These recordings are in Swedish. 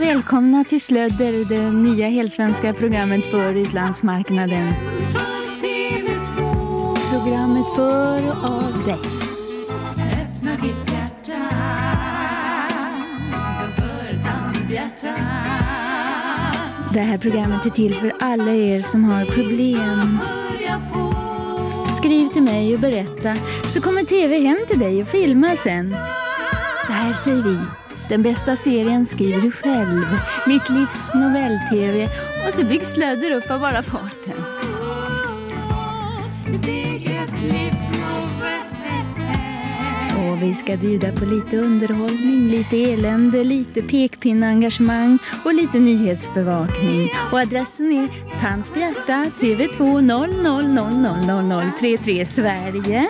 välkomna till Slödder, det nya helsvenska programmet för utlandsmarknaden. Programmet för och av dig. Öppna ditt hjärta för tandhjärtan. Det här programmet är till för alla er som har problem. Börja på Skriv till mig och berätta, så kommer TV hem till dig och filmar sen. Så här säger vi. Den bästa serien skriver du själv. Mitt livs novell-TV. Och så byggs Slödder upp av bara farten. ditt eget livs novell. Och vi ska bjuda på lite underhållning, lite elände, lite pekpinneengagemang och lite nyhetsbevakning. Och adressen är Tant Bjärta, TV2 00000033 Sverige.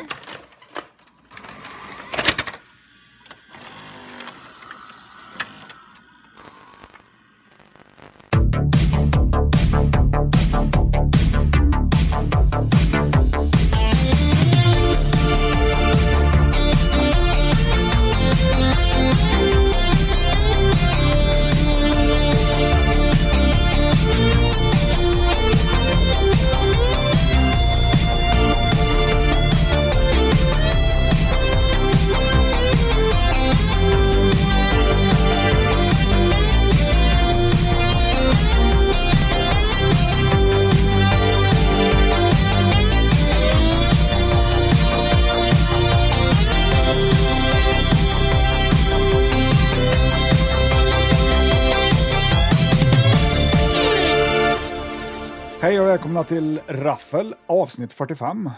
Hej och välkomna till Raffel avsnitt 45.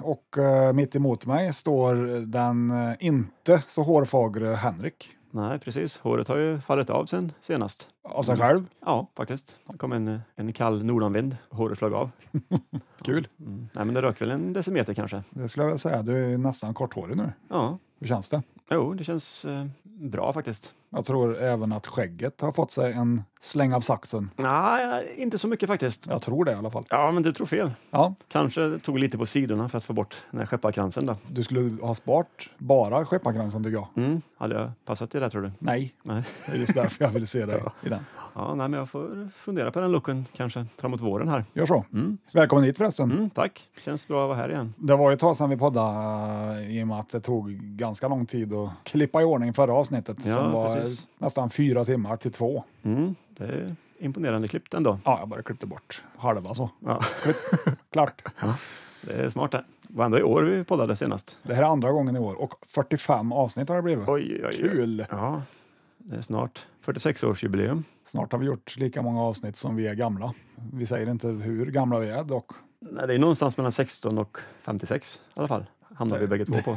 Och eh, mitt emot mig står den eh, inte så hårfagre Henrik Nej, precis. Håret har ju fallit av sen senast. av sig själv. Ja, faktiskt. Det kom en, en kall nordanvind. Håret flög av. Kul. Mm. Nej, men det rök väl en decimeter kanske. Det skulle jag väl säga. Du är nästan korthårig nu. Ja, Hur känns det? jo, det känns eh, bra faktiskt. Jag tror även att skägget har fått sig en släng av saxen. Nej, inte så mycket faktiskt. Jag tror det i alla fall. Ja, men du tror fel. Ja, Kanske tog lite på sidorna för att få bort den här skepparkransen då. du skulle ha sparat bara skepparkransen tycker jag. Mm, hade jag passat i det tror du? Nej, Nej. det är just därför jag ville se dig i den. Ja, nej, men jag får fundera på den looken kanske framåt våren här. Gör så. Mm. Välkommen hit förresten. Mm, tack! Känns bra att vara här igen. Det var ju ett tag sedan vi poddade eh, i och med att det tog ganska lång tid att klippa i ordning förra avsnittet Ja, som var precis. nästan fyra timmar till två. Mm, det är imponerande klippt ändå. Ja, jag bara klippte bort halva så. Ja. Klart. Det är smart det. var ändå i år vi poddade senast. Det här är andra gången i år och 45 avsnitt har det blivit. Oj, oj, oj. Kul! Ja, det är snart 46-årsjubileum. Snart har vi gjort lika många avsnitt som vi är gamla. Vi säger inte hur gamla vi är dock. Nej, det är någonstans mellan 16 och 56 i alla fall. Hamnar vi bägge två på.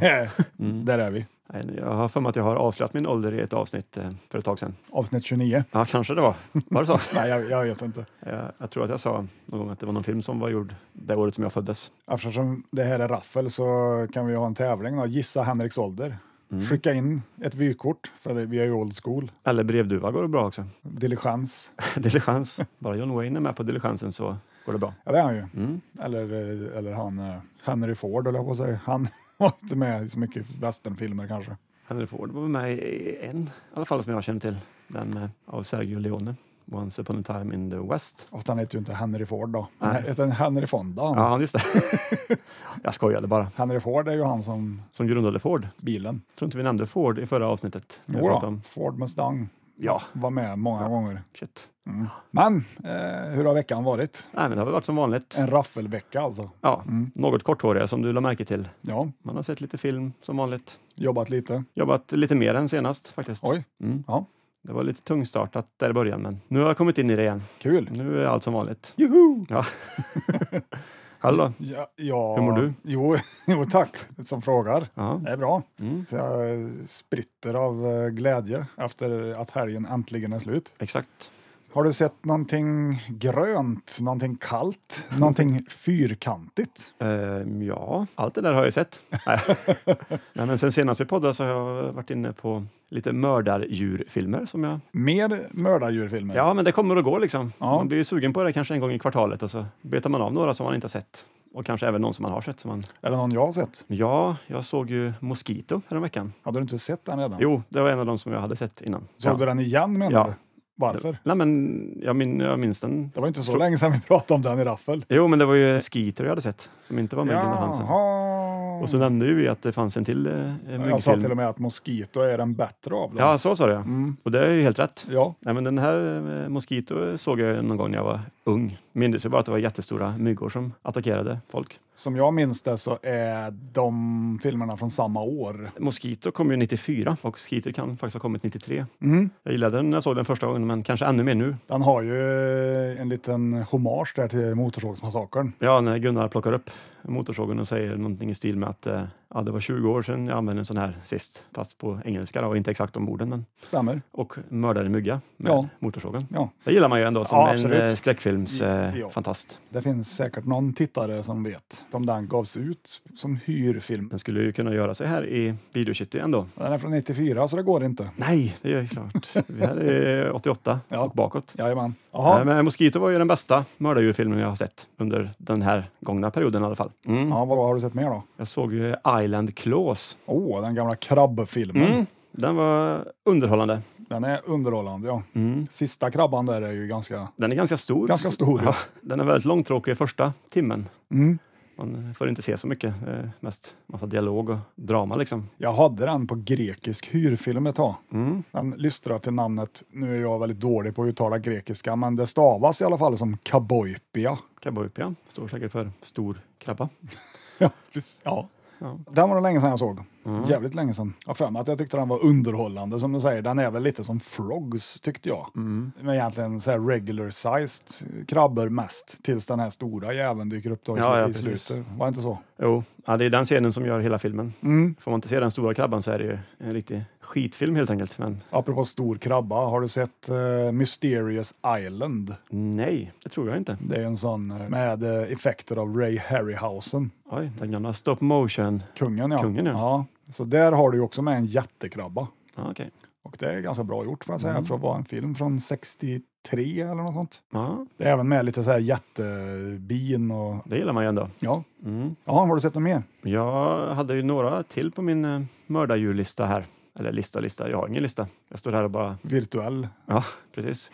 Mm. Där är vi. Nej, Jag har för mig att jag har avslöjat min ålder i ett avsnitt eh, för ett tag sedan. Avsnitt 29. Ja, kanske det var. Var det så? Nej, jag, jag vet inte. jag, jag tror att jag sa någon gång att det var någon film som var gjord det året som jag föddes. Eftersom det här är raffel så kan vi ha en tävling. Då. Gissa Henriks ålder. Mm. Skicka in ett vykort, för vi är ju old school. Eller brevduva går det bra också. Diligens. Diligens. Bara John Wayne är med på diligensen så går det bra. Ja, det är han ju. Mm. Eller, eh, eller han eh, Henry Ford, höll jag på att säga. Han var inte med i så mycket westernfilmer kanske. Henry Ford var med i en, i alla fall som jag känner till. Den eh, av Sergio Leone, Once upon a time in the West. Fast han heter ju inte Henry Ford då. Han Nej. heter Henry Fonda. han. Ja, just det. jag skojade bara. Henry Ford är ju han som Som grundade Ford. bilen. Tror inte vi nämnde Ford i förra avsnittet. när vi Jo pratade då, om- Ford Mustang Ja, var med många gånger. shit. Men eh, hur har veckan varit? Nej, men det har väl varit som vanligt. En raffelvecka alltså. Ja, något korthåriga som du la märke till. Ja, Man har sett lite film som vanligt. jobbat lite. Jobbat lite mer än senast faktiskt. Oj, Mm. ja, Det var lite tungstartat där i början, men nu har jag kommit in i det igen. kul. Nu är allt som vanligt. Juhu! Ja. Själv då? Ja, ja. Hur mår du? Jo, jo, tack som frågar. Ja. Det är bra. Mm. Så jag spritter av eh, glädje efter att helgen äntligen är slut. Exakt. Har du sett någonting grönt, någonting kallt, någonting fyrkantigt? Ehm, ja, allt det där har jag ju sett. Nej. Nej, men sen senast vi poddade så har jag varit inne på lite mördardjurfilmer som jag... Mer mördardjurfilmer? Ja, men det kommer och går liksom. Ja. Man blir ju sugen på det kanske en gång i kvartalet och så betar man av några som man inte har sett. Och kanske även någon som man har sett. Som man... Är det någon jag har sett? Ja, jag såg ju Mosquito häromveckan. Hade du inte sett den redan? Jo, det var en av de som jag hade sett innan. Såg ja. du den igen menar Ja. du? Varför? Nej, men jag, min, jag minns den. Det var inte så länge sedan vi pratade om den i Raffel. Jo, men det var ju Skeeter jag hade sett som inte var med i Lina Hansen. Jaha. Och så nämnde ju vi att det fanns en till eh, jag sa myggfilm. till och med att Mosquito är den bättre av dem. Ja, så sa du ja. Mm. Och det är ju helt rätt. ja. Nej, men den här eh, Mosquito såg jag någon gång när jag var ung. Minns ju bara att det var jättestora myggor som attackerade folk. Som jag minns det så är de filmerna från samma år. Mosquito kom ju 94 och Skeeter kan faktiskt ha kommit 93. Mm. Jag gillade den när jag såg den första gången, men kanske ännu mer nu. Den har ju en liten hommage där till Motorsågsmassakern. Ja, när Gunnar plockar upp motorsågen och säger någonting i stil med att eh, ja, det var 20 år sedan jag använde en sån här sist, fast på engelska då, och inte exakt om orden. Men, Stämmer? och mördade en mygga med Ja. motorsågen. Ja. Det gillar man ju ändå som Ja, en absolut. eh, skräckfilmsfantast. Eh, Ja. fantast. Det finns säkert någon tittare som vet om den gavs ut som hyrfilm. Den skulle ju kunna göra sig här i Videocity ändå. Den är från 94 så det går inte. Nej, det är ju klart. Vi här är 88 Ja. och bakåt. Jajamän. Nej, Jaha. men Mosquito var ju den bästa mördardjurfilmen jag har sett under den här gångna perioden i alla fall. Mm. Ja, vad har du sett mer då? Jag såg ju Island Claws. Åh, oh, den gamla krabbfilmen. Mm. Den var underhållande. Den är underhållande, ja. Mm. Sista krabban där är ju ganska, Den är ganska stor. ganska stor. Ja, den är väldigt långtråkig i första timmen. Mm. Man får inte se så mycket. eh, Mest massa dialog och drama liksom. Jag hade den på grekisk hyrfilm ett tag. Mm. Den lystrar till namnet, nu är jag väldigt dålig på att uttala grekiska, men det stavas i alla fall som kaboipia. Kaboypia står säkert för stor krabba. Ja, precis. ja. Ja. Mm. Den var det länge sedan jag såg. Jävligt länge sedan. Jag har för mig att jag tyckte den var underhållande som du säger. Den är väl lite som Frogs tyckte jag. Mm. Men egentligen så här regular sized krabbor mest. Tills den här stora jäveln dyker upp då i, Ja, ja, i precis. slutet. Var det inte så? Jo, ja, det är den scenen som gör hela filmen. Mm. Får man inte se den stora krabban så är det ju en riktig skitfilm helt enkelt. Men Apropå stor krabba, har du sett eh, Mysterious Island? nej, det tror jag inte. Det är en sån eh, med eh, effekter av Ray Harryhausen. Oj, den gamla stop motion. Kungen ja. Kungen, ja. Så där har du ju också med en jättekrabba. Ja, okej. Och det är ganska bra gjort får jag säga Mm. för att vara en film från 63 eller något sånt. Ja, Det är även med lite så här jättebin och det gillar man ju ändå. ja. Mm. Jaha, har du sett något mer? Jag hade ju några till på min eh, mördardjurlista här. Eller lista, lista. Jag har ingen lista. Jag står här och bara... Virtuell Ja, precis.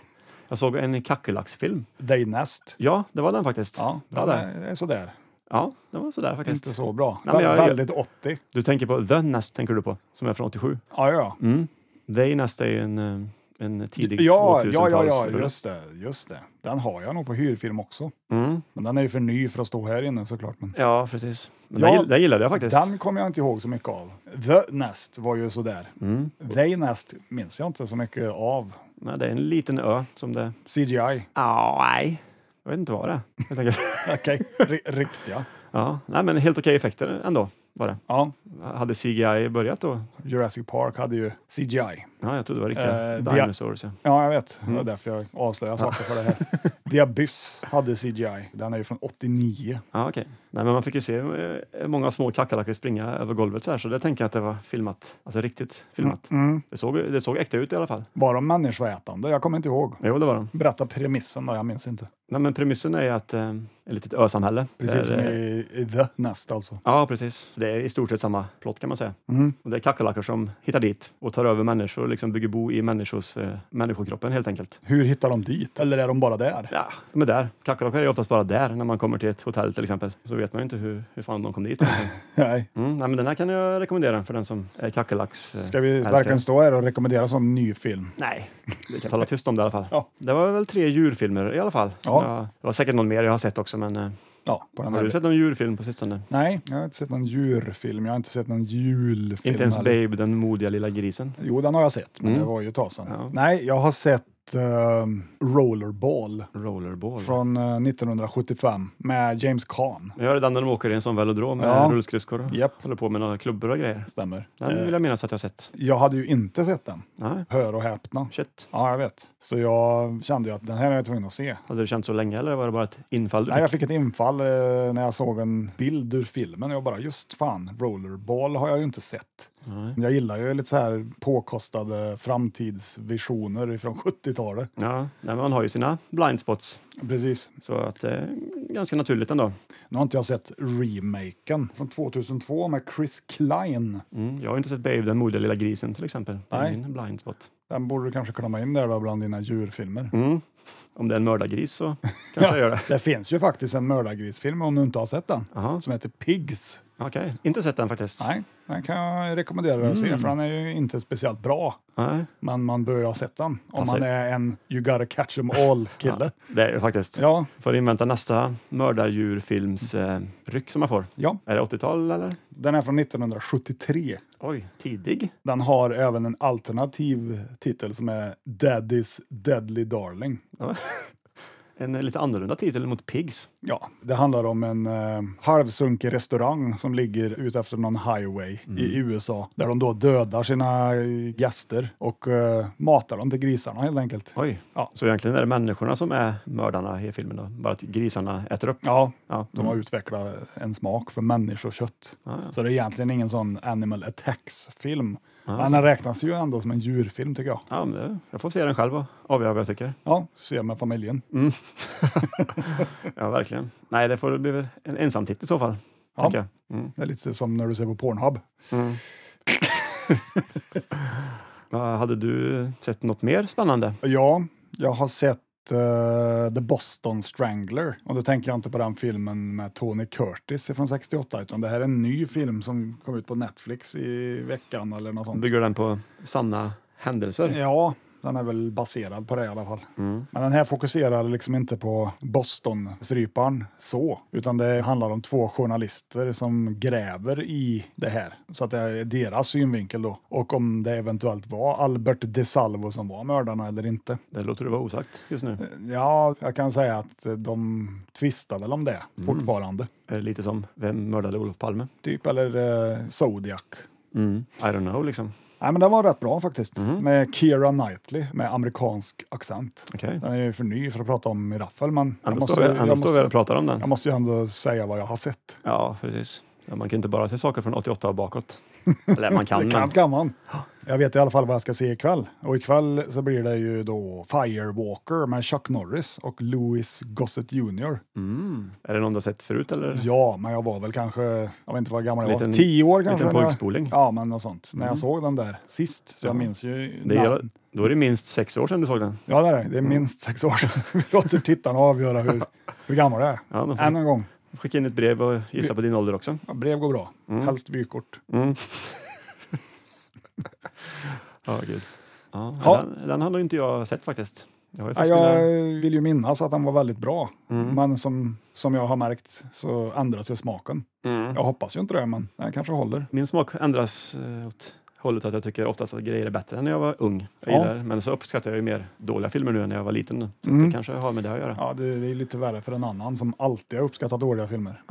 Jag såg en kackerlacksfilm. Day Nest. Ja, det var den faktiskt. Ja, det var den den. är, är sådär. Ja, det var sådär faktiskt. Inte så bra. Nej, men jag- Vä- väldigt 80. Du tänker på The Nest, tänker du på, som är från 87. Ja, ja. Mm. They Nest är ju en, eh, en tidig Ja, 2000-tals... ja, ja, ja, just det, just det. Den har jag nog på hyrfilm också. Mm. Men den är ju för ny för att stå här inne såklart. Men Ja, precis. Men Ja, den, gill- den gillade jag faktiskt. den kommer jag inte ihåg så mycket av. The Nest var ju sådär. Mm. They Nest minns jag inte så mycket av. Nej, det är en liten ö som det... CGI. Ja, nej. Jag vet inte vad det är, helt enkelt. Okej, ri- riktiga. Ja, nej, men helt okej effekter ändå var det. Ja, Hade CGI börjat då? Jurassic Park hade ju CGI. Ja, jag trodde det var riktiga Eh, det- dinosaurs. Ja. Ja, jag vet. Det var Mm. därför jag avslöjade saker för det här. The Abyss hade CGI. Den är ju från 89. Ja, okej. Nej, men man fick ju se eh, många små kackerlackor springa över golvet så här, så det tänker jag att det var filmat, alltså riktigt filmat. Mm. Det, såg, det såg äkta ut i alla fall. Var de människoätande? Jag kommer inte ihåg. Jo, det var de. Berätta premissen då, jag minns inte. Nej, men premissen är ju att eh, ett litet ösamhälle. där, Precis som eh, i, i The Nest alltså. Ja, precis. Så det är i stort sett samma plott kan man säga. Mm. Och det är kackerlackor som hittar dit och tar över människor och liksom bygger bo i människors, eh, människokroppen helt enkelt. Hur hittar de dit? Eller är de bara där? Ja, de är där. Kackerlackor är ju oftast bara där när man kommer till ett hotell till exempel. Så vet man ju inte hur, hur fan de kom dit. egentligen. Nej. Mm, nej, men den här kan jag rekommendera för den som är kackerlacks... eh, Ska vi älskare. verkligen stå här och rekommendera sån ny film? Nej, vi kan tala tyst om det i alla fall. Ja. Det var väl tre djurfilmer i alla fall. Ja. Jag, det var säkert någon mer jag har sett också, men eh, Ja, på den har du här. sett någon djurfilm på sistone? Nej, jag har inte sett någon djurfilm. Jag har inte sett någon julfilm. Inte ens heller. Babe, den modiga lilla grisen. Jo, den har jag sett, men Mm. det var ju ett tag sedan. Ja. Nej, jag har sett ehm, Rollerball Rollerball. från eh, 1975 med James Caan. Jag hör den när de åker i en sån velodrom med Ja. rullskridskor och Japp. håller på med några klubbor och grejer. Stämmer. Den vill Eh, jag minnas att jag har sett. jag hade ju inte sett den. Nej, Hör och häpna. shit. Ja, jag vet. Så jag kände ju att den här är jag tvungen att se. Hade du känt så länge eller var det bara ett infall du Nej, jag fick? fick ett infall eh, när jag såg en bild ur filmen och jag bara just fan, rollerball har jag ju inte sett. Nej. Jag gillar ju lite så här påkostade framtidsvisioner från 70-talet. Ja, nej, men man har ju sina blindspots, Precis. så att det är ganska naturligt ändå. Nu har inte jag sett remaken från 2002 med Chris Klein. Mm. Jag har inte sett Babe, den modiga lilla grisen till exempel. Det är Nej. min blindspot. Den borde du kanske klämma in där då bland dina djurfilmer. Mm. Om det är en mördargris så kanske jag gör det. Det finns ju faktiskt en mördargrisfilm om du inte har sett den, Jaha, som heter Pigs. okej. Inte sett den faktiskt. Nej, den kan jag rekommendera dig att Mm. se, för den är ju inte speciellt bra. Nej. Men man bör ju ha sett den, om Alltså- man är en you gotta catch 'em all-kille. Det är det faktiskt. Ja, Får invänta nästa mördardjurfilms eh, ryck som man får. ja, Är det 80-tal eller? den är från 1973. Oj, tidig. Den har även en alternativ titel som är Daddy's Deadly Darling. Ja. En eh, lite annorlunda titel mot Pigs. Ja, det handlar om en eh, halvsunkig restaurang som ligger utefter någon highway i USA där de då dödar sina eh, gäster och eh, matar dem till grisarna helt enkelt. Oj. Ja. Så egentligen är det människorna som är mördarna i filmen, då. bara att grisarna äter upp. Ja, Ja. de har utvecklat en smak för människokött. Ja, ja. Så det är egentligen ingen sån animal attacks-film. Ja. Men den räknas ju ändå som en djurfilm tycker jag. Ja, men det- jag får se den själv och avgöra vad jag tycker. Ja, se med familjen. Ja, verkligen. Nej, det får bli väl en ensam titel i så fall. Ja. tänker jag. Mm. Det är lite som när du ser på Pornhub. Mm. Vad Hade du sett något mer spännande? Ja, jag har sett eh, The Boston Strangler. Och då tänker jag inte på den filmen med Tony Curtis från 68, utan det här är en ny film som kom ut på Netflix i veckan eller något sånt. Bygger den på sanna händelser? Ja, den är väl baserad på det i alla fall. Mm. Men den här fokuserar liksom inte på Boston-stryparen så, utan det handlar om två journalister som gräver i det här. Så att det är deras synvinkel då. Och om det eventuellt var Albert DeSalvo som var mördarna eller inte. Det låter du vara osagt just nu. Eh. Ja, jag kan säga att de tvistar väl om det fortfarande. Eh, Lite som Vem mördade Olof Palme? Typ, eller eh, Zodiac. Mm. I don't know, liksom. Nej, men den var rätt bra faktiskt. Med Keira Knightley med amerikansk accent. Okej. Den är ju för ny för att prata om i raffel, men jag Annars måste, står vi- jag, annars står vi här måste, och pratar om den. jag måste ju ändå säga vad jag har sett. Ja, precis. Ja, man kan ju inte bara se saker från 88 och bakåt. Eller man kan, Det kan, men kan man. Jag vet i alla fall vad jag ska se ikväll. Och ikväll så blir det ju då Firewalker med Chuck Norris och Louis Gossett Jr. mm. är det någon du har sett förut? Eller? Ja, men jag var väl kanske, jag vet inte vad gammal jag Liten- var, tio år kanske. Vilken när jag- pojkspoling. Mm. Ja, men något sånt. När jag såg den där sist, så jag Ja. minns ju Det är, Mm. namn. då är det minst sex år sedan du såg den. Ja, det är det. Det är minst sex år sedan. Vi låter tittarna avgöra hur, hur gammal det är. Ja, de får- Än en gång, Skicka in ett brev och gissa på din ålder också. ja, brev går bra. Mm. Helst vykort. Ja, gud. Ja, Ja. Den, den hade ju inte jag sett faktiskt. Jag har ju Ja, faktiskt jag mina, vill ju minnas att den var väldigt bra, Mm. men som, som jag har märkt så ändras ju smaken. Mm. Jag hoppas ju inte det, men den kanske håller. min smak ändras eh, åt hållet att jag tycker oftast att grejer är bättre än när jag var ung. Jag Ja. gillar, men så uppskattar jag ju mer dåliga filmer nu än när jag var liten. Så Mm. det kanske har med det att göra. Ja. Ja, det det är lite värre för en annan som alltid har uppskattat dåliga filmer.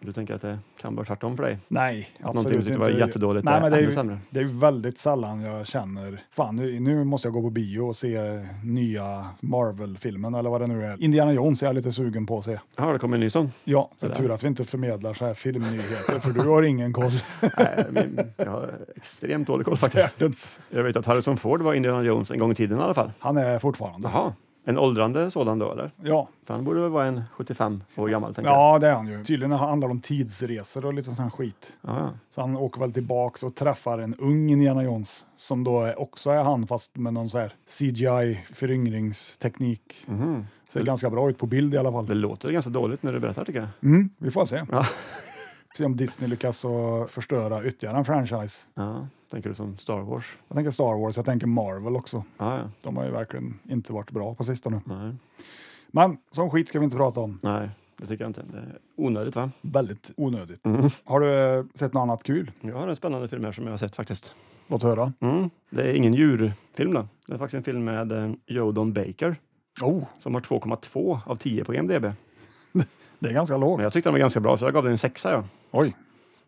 du tänker att det kan vara tvärtom för dig? Nej, Att någonting du absolut tyckte inte. var jättedåligt Nej, är men det är ännu ju sämre? Det är ju väldigt sällan jag känner, fan nu, nu måste jag gå på bio och se nya Marvel-filmen eller vad det nu är. Indiana Jones är jag lite sugen på att se. Ja, det kommer en ny sån. Ja, det är Sådär. tur att vi inte förmedlar så här filmnyheter för du har ingen koll. Nej, min, jag har extremt dålig koll faktiskt. Världens- Jag vet att Harrison Ford var Indiana Jones en gång i tiden i alla fall. Han är fortfarande. Jaha, en åldrande sådan då eller? Ja. För han borde väl vara en 75 år gammal? Tänker ja, det är han ju. Tydligen handlar det om tidsresor och lite sån här skit. Jag. Ja, ja. Så han åker väl tillbaks och träffar en ung Indiana Jones som då är- också är han fast med någon så här CGI-föryngringsteknik. Mhm. Ser ganska bra ut på bild i alla fall. Det låter ganska dåligt när du berättar tycker jag. Mm, vi får se. Ja. Se om Disney lyckas att förstöra ytterligare en franchise. Ja, tänker du som Star Wars? Jag tänker Star Wars, jag tänker Marvel också. Ja, ja. De har ju verkligen inte varit bra på sistone. Nej. Men sån skit ska vi inte prata om. Nej, det tycker jag inte. Det är onödigt va? Väldigt onödigt. Mm. Har du eh, sett något annat kul? Jag har en spännande film här som jag har sett faktiskt. Låt höra. Mm. Det är ingen djurfilm då. Det är faktiskt en film med eh, Jodon Baker Oh, som har 2,2 av 10 på IMDB. det är ganska lågt. Men jag tyckte den var ganska bra så jag gav den en sexa. Ja. Oj,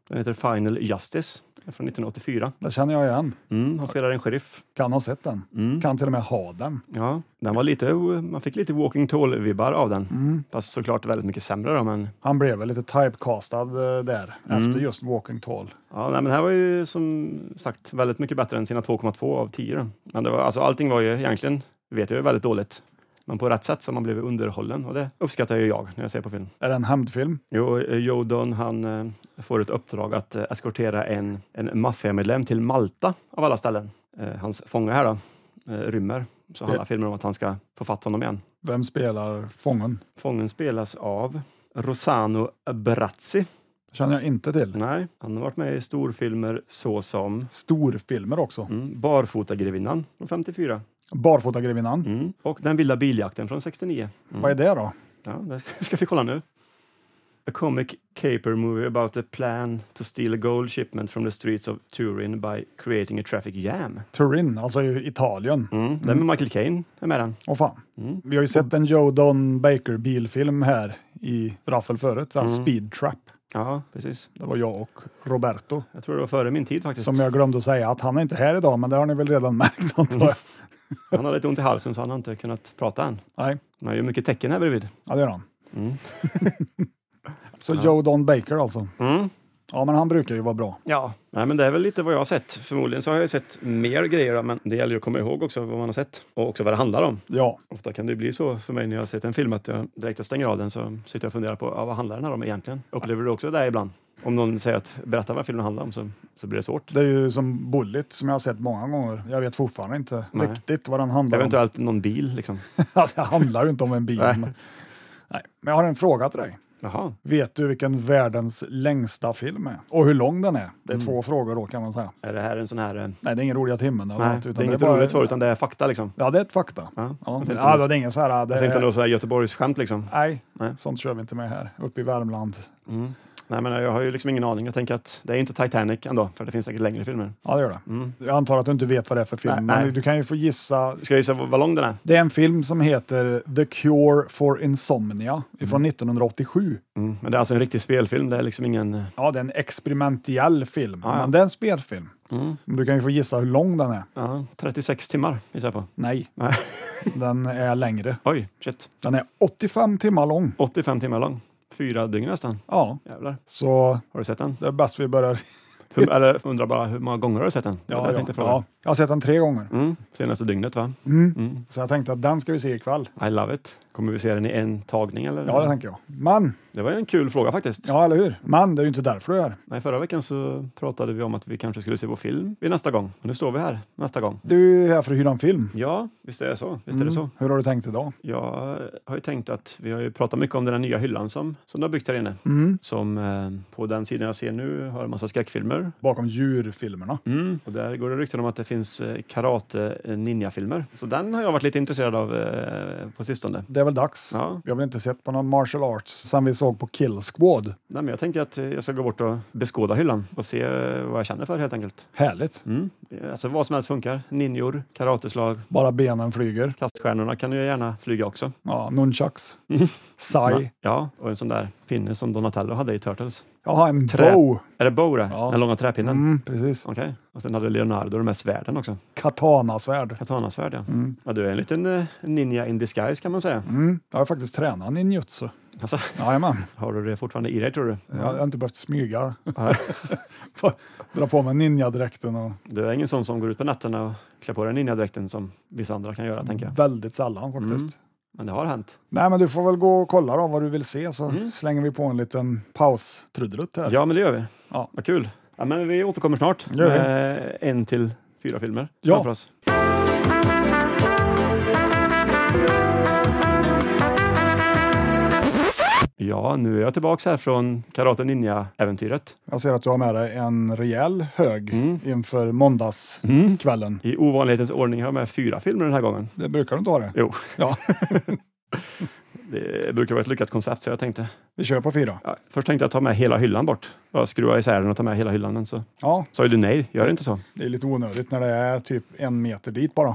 Den heter Final Justice den är från 1984. det känner jag igen. Mm, han spelar en sheriff. Kan ha sett den. Mm. Kan till och med ha den. Ja, den var lite, man fick lite Walking Tall-vibbar av den. Fast såklart väldigt mycket sämre då, men Han blev väl lite typecastad eh, där Mm. efter just Walking Tall. Ja, nej, men det här var ju som sagt väldigt mycket bättre än sina 2,2 av 10. Då. Men det var, alltså, allting var ju egentligen, vet jag, ju, väldigt dåligt. Men på rätt sätt så har man blivit underhållen och det uppskattar ju jag när jag ser på film. Är det en hämndfilm? Jo, eh, Jodon han eh, får ett uppdrag att eh, eskortera en, en maffiamedlem till Malta av alla ställen. Eh, Hans fånge här då. eh, rymmer. Så handlar filmen om att han ska få fatt honom igen. Vem spelar fången? Fången spelas av Rosano Brazzi. känner jag inte till. Nej, han har varit med i storfilmer såsom Storfilmer också. mm, Barfotagrevinnan från 54 Barfotagrevinnan. mm. och Den vilda biljakten från 69. Vad är det då? Ja, det ska vi kolla nu. A comic caper movie about a plan to steal a gold shipment from the streets of Turin by creating a traffic jam. Turin, alltså i Italien. Mm. Den med Michael Caine är med den. Åh fan. Mm. Vi har ju sett en Joe Don Baker bilfilm här i Raffel förut, så här Mm. Speed Trap. Ja, precis. Det var jag och Roberto. Jag tror det var före min tid faktiskt. Som jag glömde att säga att han är inte här idag, men det har ni väl redan märkt antar Mm. jag. Han har lite ont i halsen så han har inte kunnat prata än. Nej, Han har ju mycket tecken här bredvid. ja, det gör han. Mm. så Joe Don Baker alltså. Mm. Ja, men han brukar ju vara bra. Ja, nej, men det är väl lite vad jag har sett. Förmodligen så har jag ju sett mer grejer, då, men det gäller ju att komma ihåg också vad man har sett och också vad det handlar om. Ja, Ofta kan det ju bli så för mig när jag har sett en film att jag direkt jag stänger av den så sitter jag och funderar på ja, vad handlar den här om egentligen? Upplever du också det här ibland? Om någon säger att berätta vad filmen handlar om så, så blir det svårt. det är ju som Bullet som jag har sett många gånger. Jag vet fortfarande inte Nej. riktigt vad den handlar om. Eventuellt någon bil liksom. det handlar ju inte om en bil. Nej. Men, nej. men jag har en fråga till dig. Jaha, Vet du vilken världens längsta film är? Och hur lång den är? Det är Mm. två frågor då kan man säga. är det här en sån här... eh, Nej, det är ingen roliga timmen. eller Nej, något, det är utan inget bara- roligt för utan det är fakta liksom. Ja, det är ett fakta. Ja. Ja. Eh. Ja, det, jag tänkte om det- är ingen så här... ah, Det, jag tänkte om det var så här Göteborgsskämt liksom. nej, Nej. sånt kör vi inte med här uppe i Värmland. Nej, men jag har ju liksom ingen aning. Jag tänker att det är inte Titanic ändå, för det finns säkert längre filmer. Ja, det gör det. Jag antar att du inte vet vad det är för film, Mm. Nej, men nej. du kan ju få gissa. Ska jag gissa vad vad lång den är? Det är en film som heter The Cure for Insomnia från 1987. Mm. Men det är alltså en riktig spelfilm. Det är liksom ingen... eh, Ja, det är en experimentell film, Ja, ja. men det är en spelfilm. Mm. Men Du kan ju få gissa hur lång den är. Ja, 36 timmar gissar jag på. Nej, Nej. den är längre. Oj, shit. Den är 85 timmar lång. 85 timmar lång. Fyra dygn nästan. Ja, Jävlar. så Har du sett den? det är bäst vi börjar. Hur, eller undrar bara hur många gånger har du sett den? Det var det jag tänkte fråga. ja. Jag har sett den tre gånger, Mm. Senaste dygnet va? så jag tänkte att den ska vi se ikväll. I love it. Kommer vi se den i en tagning eller? Ja, det tänker jag. Men, Det var ju en kul fråga faktiskt. ja eller hur? Men det är ju inte därför du är här. Nej, förra veckan så pratade vi om att vi kanske skulle se på film vid nästa gång. Och nu står vi här nästa gång. Du är här för att hyra en film. Ja, visst är det så. Visst är Mm. det så. Hur har du tänkt idag? Jag har ju tänkt att vi har ju pratat mycket om den här nya hyllan som, som de har byggt här inne. Mm. Som eh, på den sidan jag ser nu har en massa skräckfilmer. Bakom djurfilmerna. Och där går det rykten om att det finns eh, karate eh, ninja-filmer. Så den har jag varit lite intresserad av eh, på sistone. Det är väl dags. Ja, Jag har väl inte sett på någon martial arts sen vi såg på Kill Squad. nej, men jag tänker att eh, jag ska gå bort och beskåda hyllan och se eh, vad jag känner för helt enkelt. Härligt. Mm. Alltså vad som helst funkar. Ninjor, karateslag, Bara benen flyger. kaststjärnorna kan ju gärna flyga också. Ja, nunchucks. Sai. Ja, och en sån där pinne som Donatello hade i Turtles. Jaha, en Trä. bow. Är det Bow det? Ja. Den långa träpinnen? Mm, precis. Okej. Och sen hade Leonardo de här svärden också. Katanasvärd. Katanasvärd ja. ja. Du är en liten eh, ninja in disguise kan man säga. Mm. Jag har faktiskt tränat ninjutsu. Alltså, Jajamän. har du det fortfarande i dig tror du? Jag har inte behövt smyga. Dra på mig ninjadräkten och Du är ingen sån som går ut på nätterna och klär på dig ninjadräkten som vissa andra kan göra tänker jag. väldigt sällan faktiskt. Men det har hänt. Nej, men du får väl gå och kolla då vad du vill se så slänger vi på en liten paustrudelutt här. Mm. Ja men det gör vi. Ja. Vad kul. Ja, men vi återkommer snart Gör vi. med en till fyra filmer Ja. framför oss. Ja, nu är jag tillbaks här från Karate Ninja-äventyret. Jag ser att du har med dig en rejäl hög Mm. inför måndagskvällen. I ovanlighetens ordning har jag med fyra filmer den här gången. Det brukar du inte ha det. Jo, Ja, det brukar vara ett lyckat koncept så jag tänkte. vi kör på fyra. Ja, först tänkte jag ta med hela hyllan bort. Bara skruva isär den och ta med hela hyllan. Men så Ja, sa ju du nej, gör inte så. det är lite onödigt när det är typ en meter dit bara.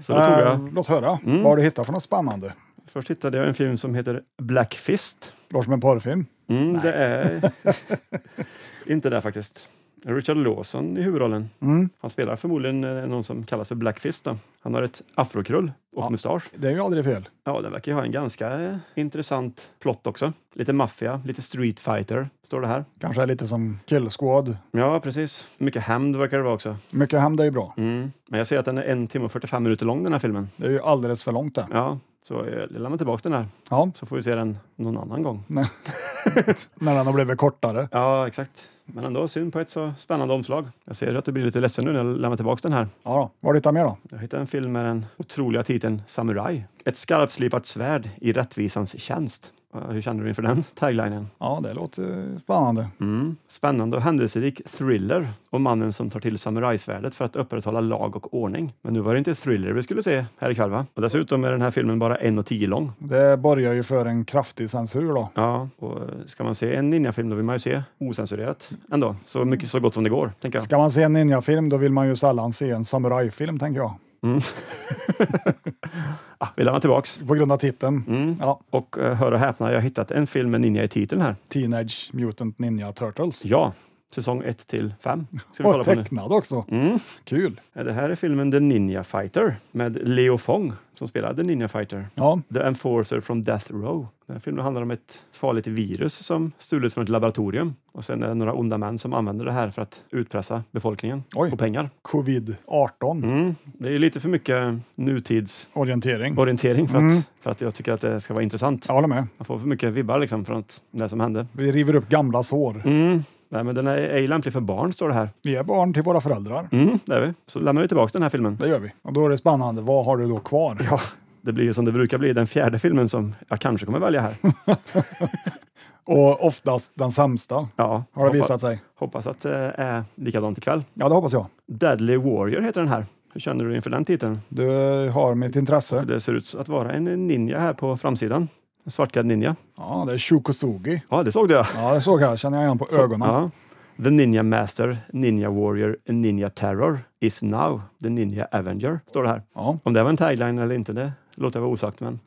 Så då tog Mm, jag. Mm. Eh, låt höra, vad har du hittat för något spännande? Först hittade jag en film som heter Black Fist. Låter som en porrfilm. Mm, det är inte det faktiskt. Richard Lawson i huvudrollen. Mm. Han spelar förmodligen eh, någon som kallas för Black Fist. Då. Han har ett afrokrull och Ja. mustasch. Det är ju aldrig fel. Ja, den verkar ju ha en ganska eh, intressant plott också. Lite maffia, lite street fighter, står det här. Kanske är lite som killskåd. Ja, precis. Mycket hämnd verkar det vara också. Mycket hämnd är ju bra. Mm. Men jag ser att den är en timme och 45 minuter lång den här filmen. Det är ju alldeles för långt det. Ja, Så jag lämnar tillbaka den här, Ja, så får vi se den någon annan gång. när den har blivit kortare. Ja, exakt. Men ändå synd på ett så spännande omslag. Jag ser att du blir lite ledsen nu när jag lämnar tillbaka den här. Ja, då. vad har du hittat mer då? Jag hittade en film med den otroliga titeln Samurai. Ett skarpslipat svärd i rättvisans tjänst. Eh, Hur känner du inför den taglinen? Ja, det låter eh, spännande. Mm. Spännande och händelserik thriller om mannen som tar till samurajsvärdet för att upprätthålla lag och ordning. Men nu var det inte thriller vi skulle se här ikväll va? Och dessutom är den här filmen bara en och tio lång. Det borgar ju för en kraftig censur då. Ja, och eh, ska man se en ninjafilm då vill man ju se osensurerat ändå. Så mycket så gott som det går, tänker jag. Ska man se en ninjafilm då vill man ju sällan se en samurajfilm, tänker jag. Ah, vi lämnar tillbaks. På grund av titeln. Ja, Och eh, hör och häpna, jag har hittat en film med ninja i titeln här. Teenage Mutant Ninja Turtles. Ja, säsong 1 till 5. Ska vi kolla Och på nu. Mm. tecknad också. Kul! Ja, Det här är filmen The Ninja Fighter med Leo Fong som spelar The Ninja Fighter. Ja, The Enforcer from Death Row. Den här filmen handlar om ett farligt virus som stulits från ett laboratorium. Och sen är det några onda män som använder det här för att utpressa befolkningen Oj. på pengar. covid-18 Mm. Det är lite för mycket nutidsorientering orientering. för, att, för att jag tycker att det ska vara intressant. Jag håller med. Man får för mycket vibbar liksom från att- det som hände. Vi river upp gamla sår. Mm. Nej, men den är ej lämplig för barn, står det här. Vi är barn till våra föräldrar. Mm, det är vi. Så lämnar vi tillbaka den här filmen. Det gör vi. Och då är det spännande. Vad har du då kvar? Ja, det blir ju som det brukar bli, den fjärde filmen som jag kanske kommer välja här. Och oftast den sämsta, Ja, har det hoppa- visat sig. Hoppas att det är likadant ikväll. Ja, det hoppas jag. Deadly Warrior heter den här. Hur känner du inför den titeln? Du har mitt intresse. Det ser ut att vara en ninja här på framsidan. En svartklädd ninja. Ja, det är Shukosugi. Ja, det såg du ja. Ja, det såg jag. Känner jag igen på ögonen. ja. The Ninja Master, Ninja Warrior, Ninja Terror is now the Ninja Avenger, står det här. Ja, Om det var en tagline eller inte, det låter jag vara osagt, men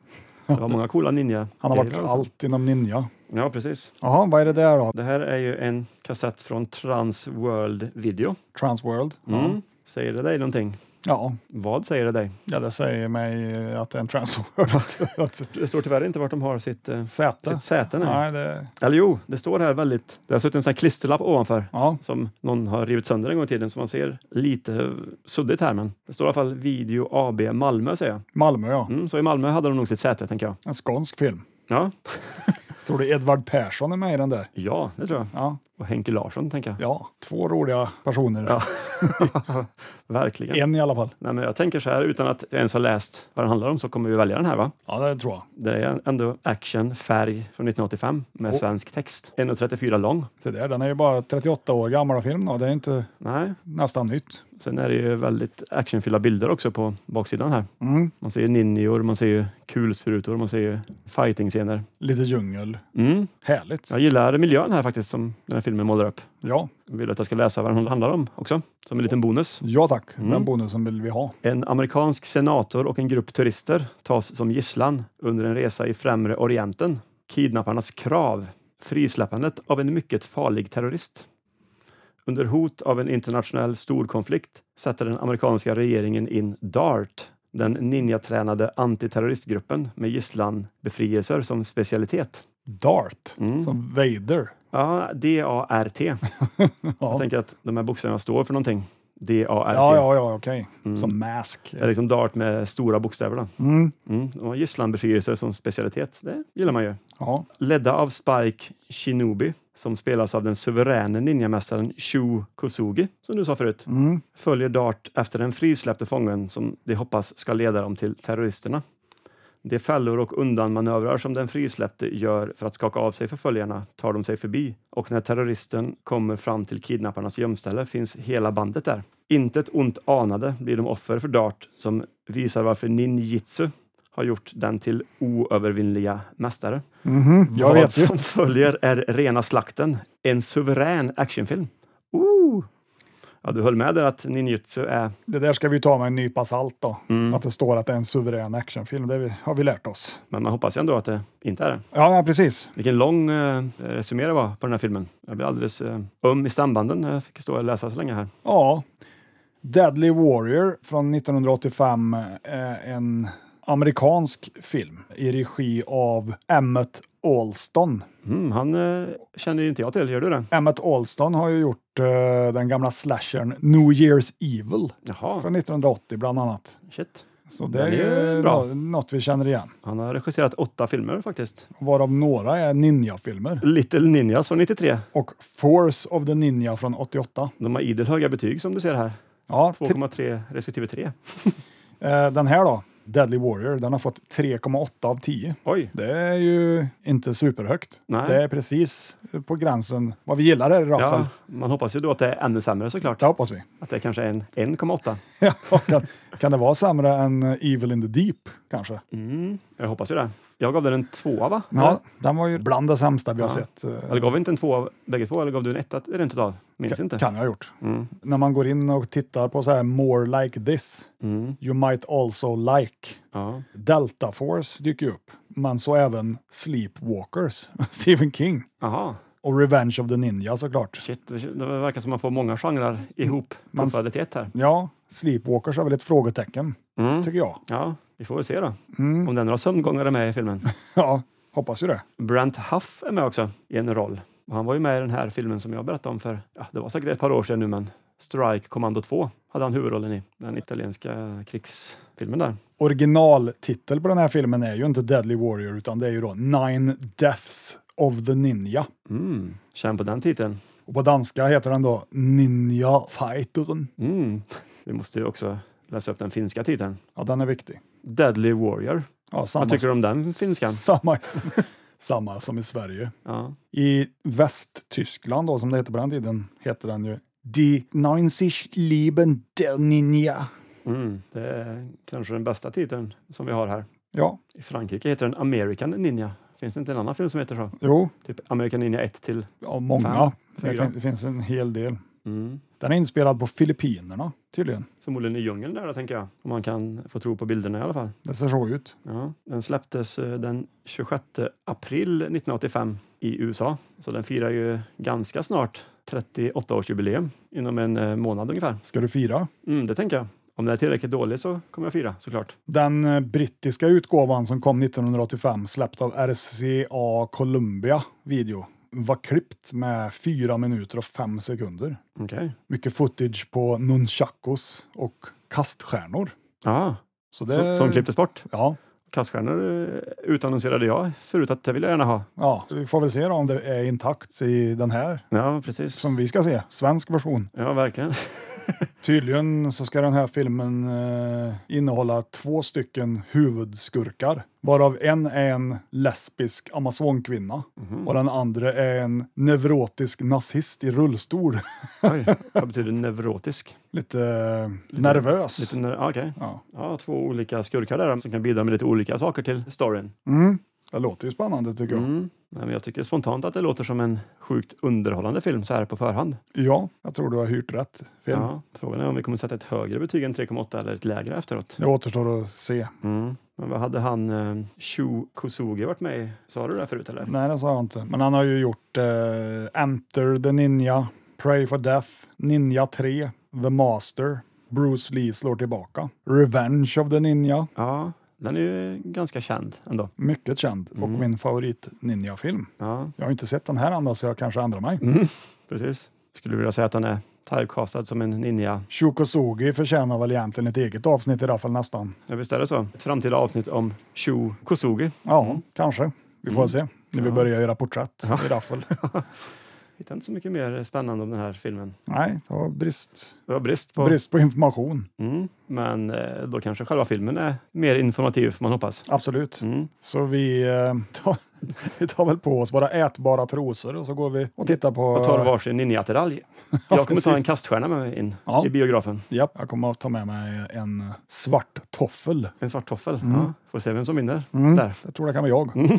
det var många coola ninja han har varit allt inom ninja. Ja, precis. Jaha, vad är det där då? Det här är ju en kassett från Trans World Video. Transworld? Mm. Säger det dig någonting? Ja, Vad säger det dig? ja det säger mig eh, att det är en transworld. Att Det står tyvärr inte vart de har sitt, eh, Säte? sitt säte. Nej. Nej, det... Eller jo, det står här väldigt... Det har suttit en sån här klisterlapp ovanför Ja, som någon har rivit sönder en gång i tiden så man ser lite eh, suddigt här men det står i alla fall Video AB Malmö säger jag. Malmö ja. Mm, så i Malmö hade de nog sitt säte tänker jag. En skånsk film. Ja, Tror du Edvard Persson är med i den där? ja det tror jag. Ja, Och Henke Larsson tänker jag. ja. två roliga personer. Ja. Verkligen. En i alla fall. Nej, men jag tänker så här, utan att jag ens har läst vad den handlar om så kommer vi välja den här va? Ja, det tror jag. Det är ändå action, färg från 1985 med Oh. svensk text. 1,34 lång. Se där, den är ju bara 38 år gammal och film då. Det är inte Nej, nästan nytt. sen är det ju väldigt actionfyllda bilder också på baksidan här. Mm. Man ser ju ninjor, man ser ju kulsprutor, man ser ju fighting-scener. Lite djungel. Mm. Härligt. Jag gillar miljön här faktiskt som den här filmen målar upp. Ja, Jag vill att jag ska läsa vad den handlar om också, som en liten bonus. ja tack. Mm. Den bonusen vill vi ha. En amerikansk senator och en grupp turister tas som gisslan under en resa i Främre Orienten. Kidnapparnas krav. Frisläppandet av en mycket farlig terrorist. Under hot av en internationell storkonflikt sätter den amerikanska regeringen in DART, den ninjatränade antiterroristgruppen med gisslanbefrielser som specialitet. Dart, Mm. som Vader. Ja, D-A-R-T. Jag tänker att de här bokstäverna står för någonting. D-A-R-T. Ja, ja, ja, okej. Som Mask. Det Mm. är liksom dart med stora bokstäver. Då. Mm. Mm. Och gisslanbefrielse som specialitet, det gillar man ju. Ja, Ledda av Spike Shinobi som spelas av den suveräne ninjamästaren Shu Kosugi, som du sa förut, Mm. följer Dart efter den frisläppte fången som de hoppas ska leda dem till terroristerna. De fällor och undanmanövrar som den frisläppte gör för att skaka av sig förföljarna tar de sig förbi och när terroristen kommer fram till kidnapparnas gömställe finns hela bandet där. Intet ont anade blir de offer för Dart som visar varför ninjitsu har gjort den till oövervinnliga mästare. jag Vad vet ju. som följer är rena slakten. En suverän actionfilm. Ooh. Ja, du höll med där att ninjutsu är... Det där ska vi ta med en nypa salt då. Mm. Att det står att det är en suverän actionfilm. Det har vi lärt oss. Men man hoppas ju ändå att det inte är det. Ja, ja precis. Vilken lång eh, resumé det var på den här filmen. Jag blev alldeles eh, öm i stambanden när jag fick stå och läsa så länge här. Ja. Deadly Warrior från 1985 är en amerikansk film i regi av Emmett Alston. Mm, han eh, känner ju inte jag till, gör du det? Emmett Alston har ju gjort eh, den gamla slashern New Year's Evil Jaha, från 1980 bland annat. shit. Så det är Den är ju bra. nå- något vi känner igen. Han har regisserat åtta filmer faktiskt. Varav några är ninja-filmer. Little Ninjas från 93. Och Force of the Ninja från 88. De har idel höga betyg som du ser här. Ja, t- 2,3 respektive 3. eh, den här då, Deadly Warrior, den har fått 3,8 av 10. Oj, Det är ju inte superhögt. Nej. Det är precis på gränsen vad vi gillar här i Raffel. ja, man hoppas ju då att det är ännu sämre såklart. Det hoppas vi. Att det kanske är en 1,8. Ja, kan, kan det vara sämre än Evil in the Deep kanske? Mm, jag hoppas ju det. Jag gav den en tvåa va? Ja, den var ju bland det sämsta vi har Ja. sett. eh, Eller gav vi inte en tvåa bägge två? Eller gav du en etta rent utav? Minns inte. Kan jag ha gjort. Mm. När man går in och tittar på så här more like this, Mm, you might also like. ja. Delta Force dyker ju upp, men så även Sleepwalkers, Stephen King Aha. och Revenge of the Ninja såklart. Shit, det verkar som man får många genrer ihop Mm. Man s- puffade till ett här. Ja, Sleepwalkers är väl ett frågetecken, Mm. tycker jag. Ja, vi får väl se då. Mm. Om det är några sömngångare med i filmen. Ja, hoppas ju det. Brent Huff är med också i en roll. Och han var ju med i den här filmen som jag berättade om för, ja, det var säkert ett par år sedan nu, men Strike Commando 2 hade han huvudrollen i. Den italienska krigsfilmen där. Originaltitel på den här filmen är ju inte Deadly Warrior, utan det är ju då Nine Deaths of the Ninja. Mm. Känn på den titeln. Och på danska heter den då Ninja Fighteren. Mm. Vi måste ju också läsa upp den finska titeln. Ja, den är viktig. Deadly Warrior. Ja, samma, Vad tycker du om den finskan? samma, samma som i Sverige. Ja. I Västtyskland då, som det hette på den tiden, heter den ju Die 90 Lieben der Ninja. Mm. Det är kanske den bästa titeln som vi har här. Ja, I Frankrike heter den American Ninja. Finns det inte en annan film som heter så? jo, Typ American Ninja 1 till. ja, många. Fem, Det fyra. fin- det finns en hel del. Mm. Den är inspelad på Filippinerna tydligen. Förmodligen i djungeln där då, tänker jag. Om man kan få tro på bilderna i alla fall. Det ser så ut. Ja, den släpptes eh, den 26 april 1985 i USA. Så den firar ju ganska snart 38-årsjubileum inom en eh, månad ungefär. Ska du fira? Mm, det tänker jag. Om den är tillräckligt dålig så kommer jag fira såklart. Den eh, brittiska utgåvan som kom 1985, släppt av RCA Columbia Video, var klippt med 4 minuter och 5 sekunder. Okej. Mycket footage på nunchakos och kaststjärnor. Ja, Så som, som klipptes bort. Ja, Kaststjärnor eh, utannonserade jag förut att det vill jag gärna ha. ja, vi får väl se då om det är intakt i den här Ja, precis. som vi ska se, svensk version. Ja, verkligen. Tydligen så ska den här filmen eh, innehålla två stycken huvudskurkar, varav en är en lesbisk amazonkvinna Mhm. och den andra är en neurotisk nazist i rullstol. Oj, vad betyder neurotisk? lite, eh, nervös. Lite ner- ah, okej. Ja. Ja, två olika skurkar där som kan bidra med lite olika saker till storyn. Mm. Det låter ju spännande tycker jag. Mm. Nej, men jag tycker spontant att det låter som en sjukt underhållande film så här på förhand. Ja, jag tror du har hyrt rätt film. Ja, frågan är om vi kommer sätta ett högre betyg än 3,8 eller ett lägre efteråt. Det återstår att se. Mm. Men vad hade han, eh, Shu Kosugi, varit med i? Sa du det förut eller? Nej, det sa jag inte. Men han har ju gjort eh, Enter the Ninja, Pray for Death, Ninja 3, The Master, Bruce Lee slår tillbaka, Revenge of the Ninja, Ja, den är ju ganska känd ändå. mycket känd, och Mm. min favorit ninjafilm. Ja, Jag har inte sett den här andra så jag kanske ändrar mig. Mm. precis. Skulle vilja säga att han är typecastad som en ninja. Shukosugi förtjänar väl egentligen ett eget avsnitt i alla fall nästan. Ja, visst är det så? Ett framtida avsnitt om Shu Kosugi. Ja, kanske. Vi får se när vi Mm. Ja. börjar göra porträtt i Raffel. Hittar inte så mycket mer spännande om den här filmen. Nej, det var brist, Det var brist på... brist på information. Mm. Men eh, då kanske själva filmen är mer informativ får man hoppas. Absolut. Mm. Så vi, eh, tar, vi tar väl på oss våra ätbara trosor och så går vi och tittar på... Och tar varsin ninjateralj. Jag kommer ta precis. en kaststjärna med mig in Ja. i biografen. Japp, jag kommer att ta med mig en svart toffel. En svart toffel. Ja. Får se vem som vinner. Där. Jag tror det kan vara jag. Mm.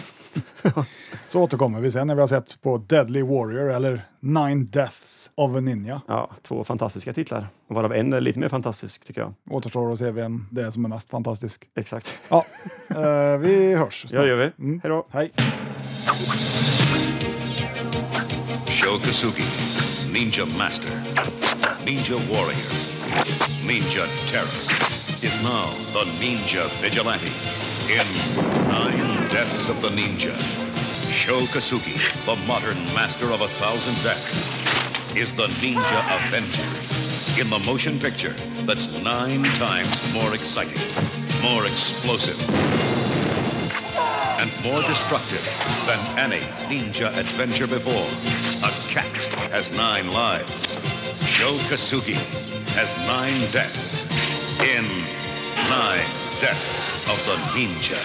så återkommer vi sen när vi har sett på Deadly Warrior eller Nine Deaths of a Ninja. Ja, två fantastiska titlar. Och varav en är lite mer fantastisk tycker jag. Återstår att se vem det är som är mest fantastisk. Exakt. Ja, eh, vi hörs Ja, snart. det gör vi. Mm. Hej då. Hej. Shokasugi, Ninja Master, Ninja Warrior, Ninja Terror, is now the Ninja Vigilante in Nine Deaths of the Ninja. Shokasugi, the modern master of a thousand deaths, is the Ninja Avenger in the motion picture that's nine times more exciting. more explosive and more destructive than any ninja adventure before. A cat has nine lives. Joe Kasugi has nine deaths in Nine Deaths of the Ninja.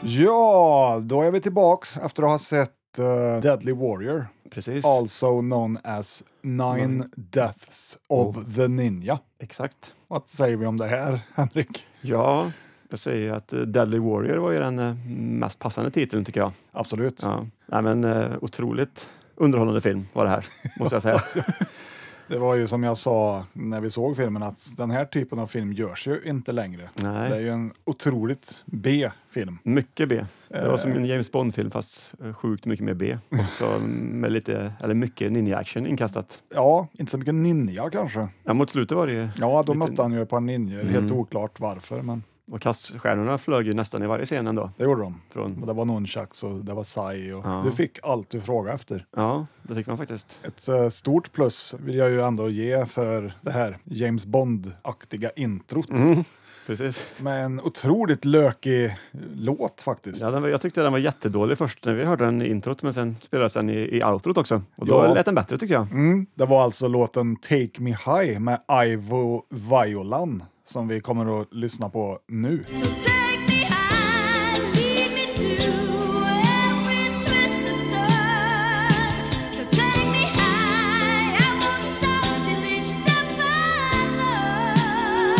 Ja, då är vi tillbaks efter att ha sett eh, Deadly Warrior, Precis. also known as Nine Oh. Deaths of the Ninja. Exakt. Vad säger vi om det här, Henrik? Ja, jag säger ju att eh, Deadly Warrior var ju den eh, mest passande titeln tycker jag. Absolut. Ja. Nej, men eh, otroligt underhållande film var det här, måste jag säga. Det var ju som jag sa när vi såg filmen att den här typen av film görs ju inte längre. Nej. Det är ju en otroligt B-film. Mycket B. Det var som Eh. en James Bond-film fast eh, sjukt mycket mer B. Och så med lite, eller mycket ninja-action inkastat. Ja, inte så mycket ninja kanske. Ja, mot slutet var det ju, Ja, då mötte han ju ett par ninjor, helt Mm. oklart varför, men och kaststjärnorna flög ju nästan i varje scen ändå. det gjorde de. Från, Och Det var nunchucks och det var sai och Ja. du fick allt du frågade efter. ja, det fick man faktiskt. Ett eh, stort plus vill jag ju ändå ge för det här James Bond-aktiga introt Precis. med en otroligt lökig låt faktiskt. Ja, den var, jag tyckte den var jättedålig först när vi hörde den i introt, men sen spelades den i, i outrot också. Och då Ja. lät den bättre tycker jag. Mm, det var alltså låten Take Me High med Ivo Violan som vi kommer att lyssna på nu. So take me high, lead me to every twist and turn. So take me high, I won't stop till each step I learn.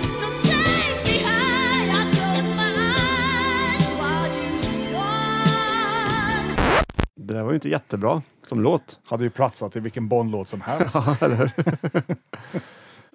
So take me high, I close my eyes while you run. Det där var ju inte jättebra som låt. Hade ju platsat i vilken Bond-låt som helst.